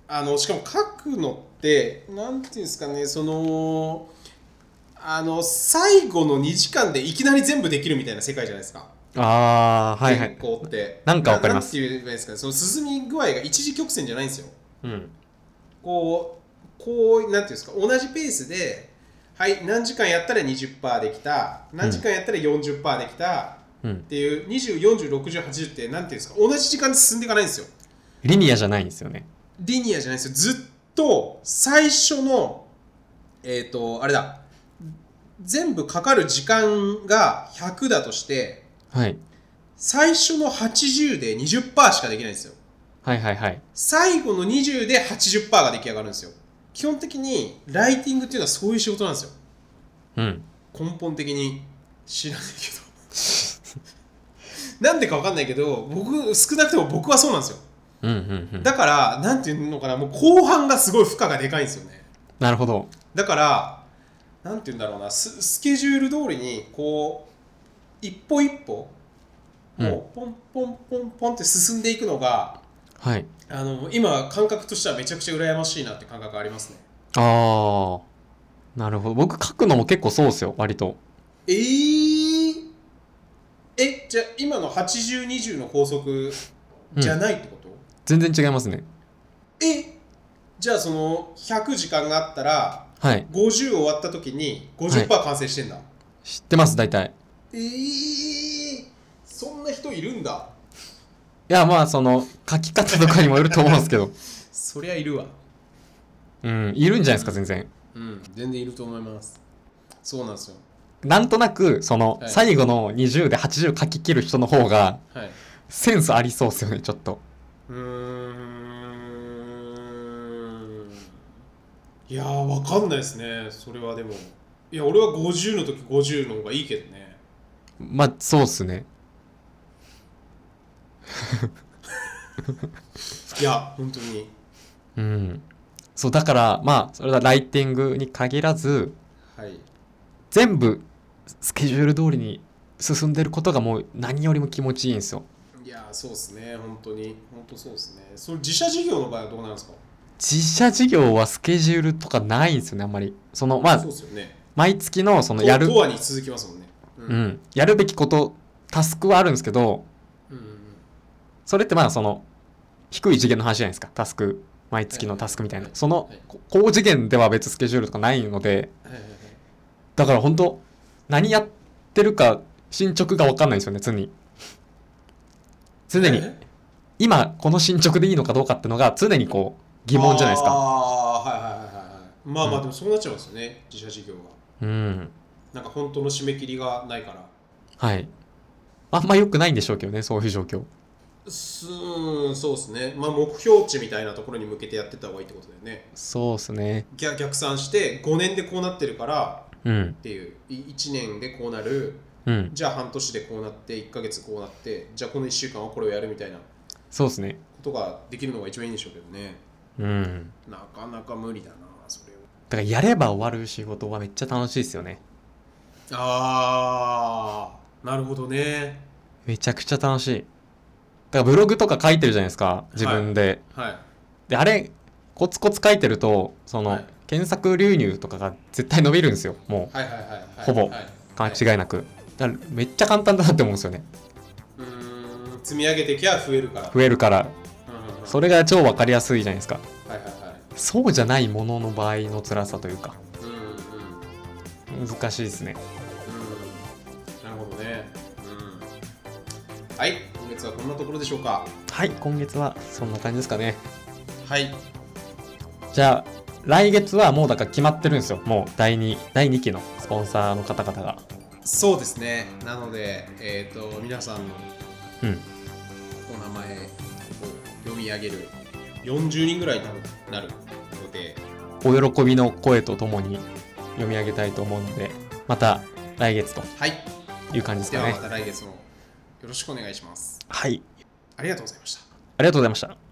あのしかも書くのってなんていうんですかねそのあの最後の2時間でいきなり全部できるみたいな世界じゃないですか
あー、はいはい
原。稿って
なんかわかります
ななんて言えばいいですかねその進み具合が一時曲線じゃないんですよ
うん。
こうこうなんていうんですか同じペースではい何時間やったら20%できた何時間やったら40%できた、
うん
っ。ていう20406080ってなんていうんですか同じ時間で進んでいかないんですよ
リニアじゃないんですよね。
リニアじゃないんですよずっと最初のえっ、とあれだ全部かかる時間が100だとして
はい。
最初の80で20%しかできないんですよ
はいはいはい。
最後の20で80%が出来上がるんですよ基本的にライティングっていうのはそういう仕事なんですよ
うん。
根本的に知らないけどなんでか分かんないけど僕少なくとも僕はそうなんですよ
うんうんうん。
だからなんていうのかなもう後半がすごい負荷がでかいんですよね
なるほど。
だからなんていうんだろうなススケジュール通りにこう一歩一歩
うん
もうポンポンポンポンって進んでいくのが、
はい。
あの今感覚としてはめちゃくちゃ羨ましいなって感覚ありますね
ああ。なるほど。僕書くのも結構そうですよ、割と。
えー、えじゃあ今の8020の法則じゃないってこと、
全然違いますね。
えじゃあその100時間があったら
はい。
50終わった時に50%完成してんだ、
知ってます、大体。
えー、そんな人いるんだ
いや、まあ、その、書き方とかにもよると思うんですけ *laughs* ど。
そりゃいるわ
うん、いるんじゃないですか、全然。
うん全然いると思いますそうなんですよ
なんとなく、その、
はい
最後の20で80書き切る人の方が、
はい
センスありそうですよね、ちょっと。
うーんいやーわかんないですねそれはでもいや俺は50の時50の方がいいけどね
まあ、そうっすね。
いや本当に
うん。そう、だから、まあ、それはライティングに限らず、
はい
全部スケジュール通りに進んでることがもう何よりも気持ちいいんですよ
いやーそうですね本当に本当そうですねそれ自社事業の場合はどうなんですか
自社事業はスケジュールとかないんですよねあんまりそのまあ
そうですよね
毎月のその
と
やる
とわに続きますもんねうん
う、んやるべきことタスクはあるんですけど
うんうんうん
それってまあその低い次元の話じゃないですかタスク毎月のタスクみたいな
はい
その
はい
こ高次元では別スケジュールとかないので
はいはいはい
だから本当何やってるか進捗が分かんないんですよね常に常に
え
今この進捗でいいのかどうかってのが常にこう疑問じゃないですか
ああーはいはいはいはいまあま
う
あ
ん
でもそうなっちゃいますよね自社事業は
うん
なんか本当の締め切りがないから
はいあんま良くないんでしょうけどねそういう状況
すーんそうですねまあ目標値みたいなところに向けてやってった方がいいってことだよね
そうですね
逆逆算して5年でこうなってるから
うん
っていう1年でこうなる
うん
じゃあ半年でこうなって1ヶ月こうなってじゃあこの1週間はこれをやるみたいなこ
そうですね
とができるのが一番いいんでしょうけどね
うん
なかなか無理だなそれを
だからやれば終わる仕事はめっちゃ楽しいですよね
あーなるほどね
めちゃくちゃ楽しいだからブログとか書いてるじゃないですか自分で、
はい
であれコツコツ書いてるとその、
はい
検索流入とかが絶対伸びるんですよも
はいはいはいはい
ほぼ
はいう
間違いなく、だからめっちゃ簡単だなって思うんですよね
うーん積み上げてきゃ増えるから
増えるから
うんうんうん
それが超わかりやすいじゃないですか
はいはいはい
そうじゃないものの場合の辛さというか
うんうんうん
難しいですね
なるほどねうんはい今月はこんなところでしょうか
はい今月はそんな感じですかね
はい
じゃあ来月はもうだから決まってるんですよもう第2第2期のスポンサーの方々が
そうですねなのでえっ、と皆さんの
うん
お名前を読み上げる40人ぐらいになるので
お喜びの声とともに読み上げたいと思うのでまた来月と
はい
いう感じです
で
か
はま
ね
た来月もよろしくお願いします
はい
ありがとうございました
ありがとうございました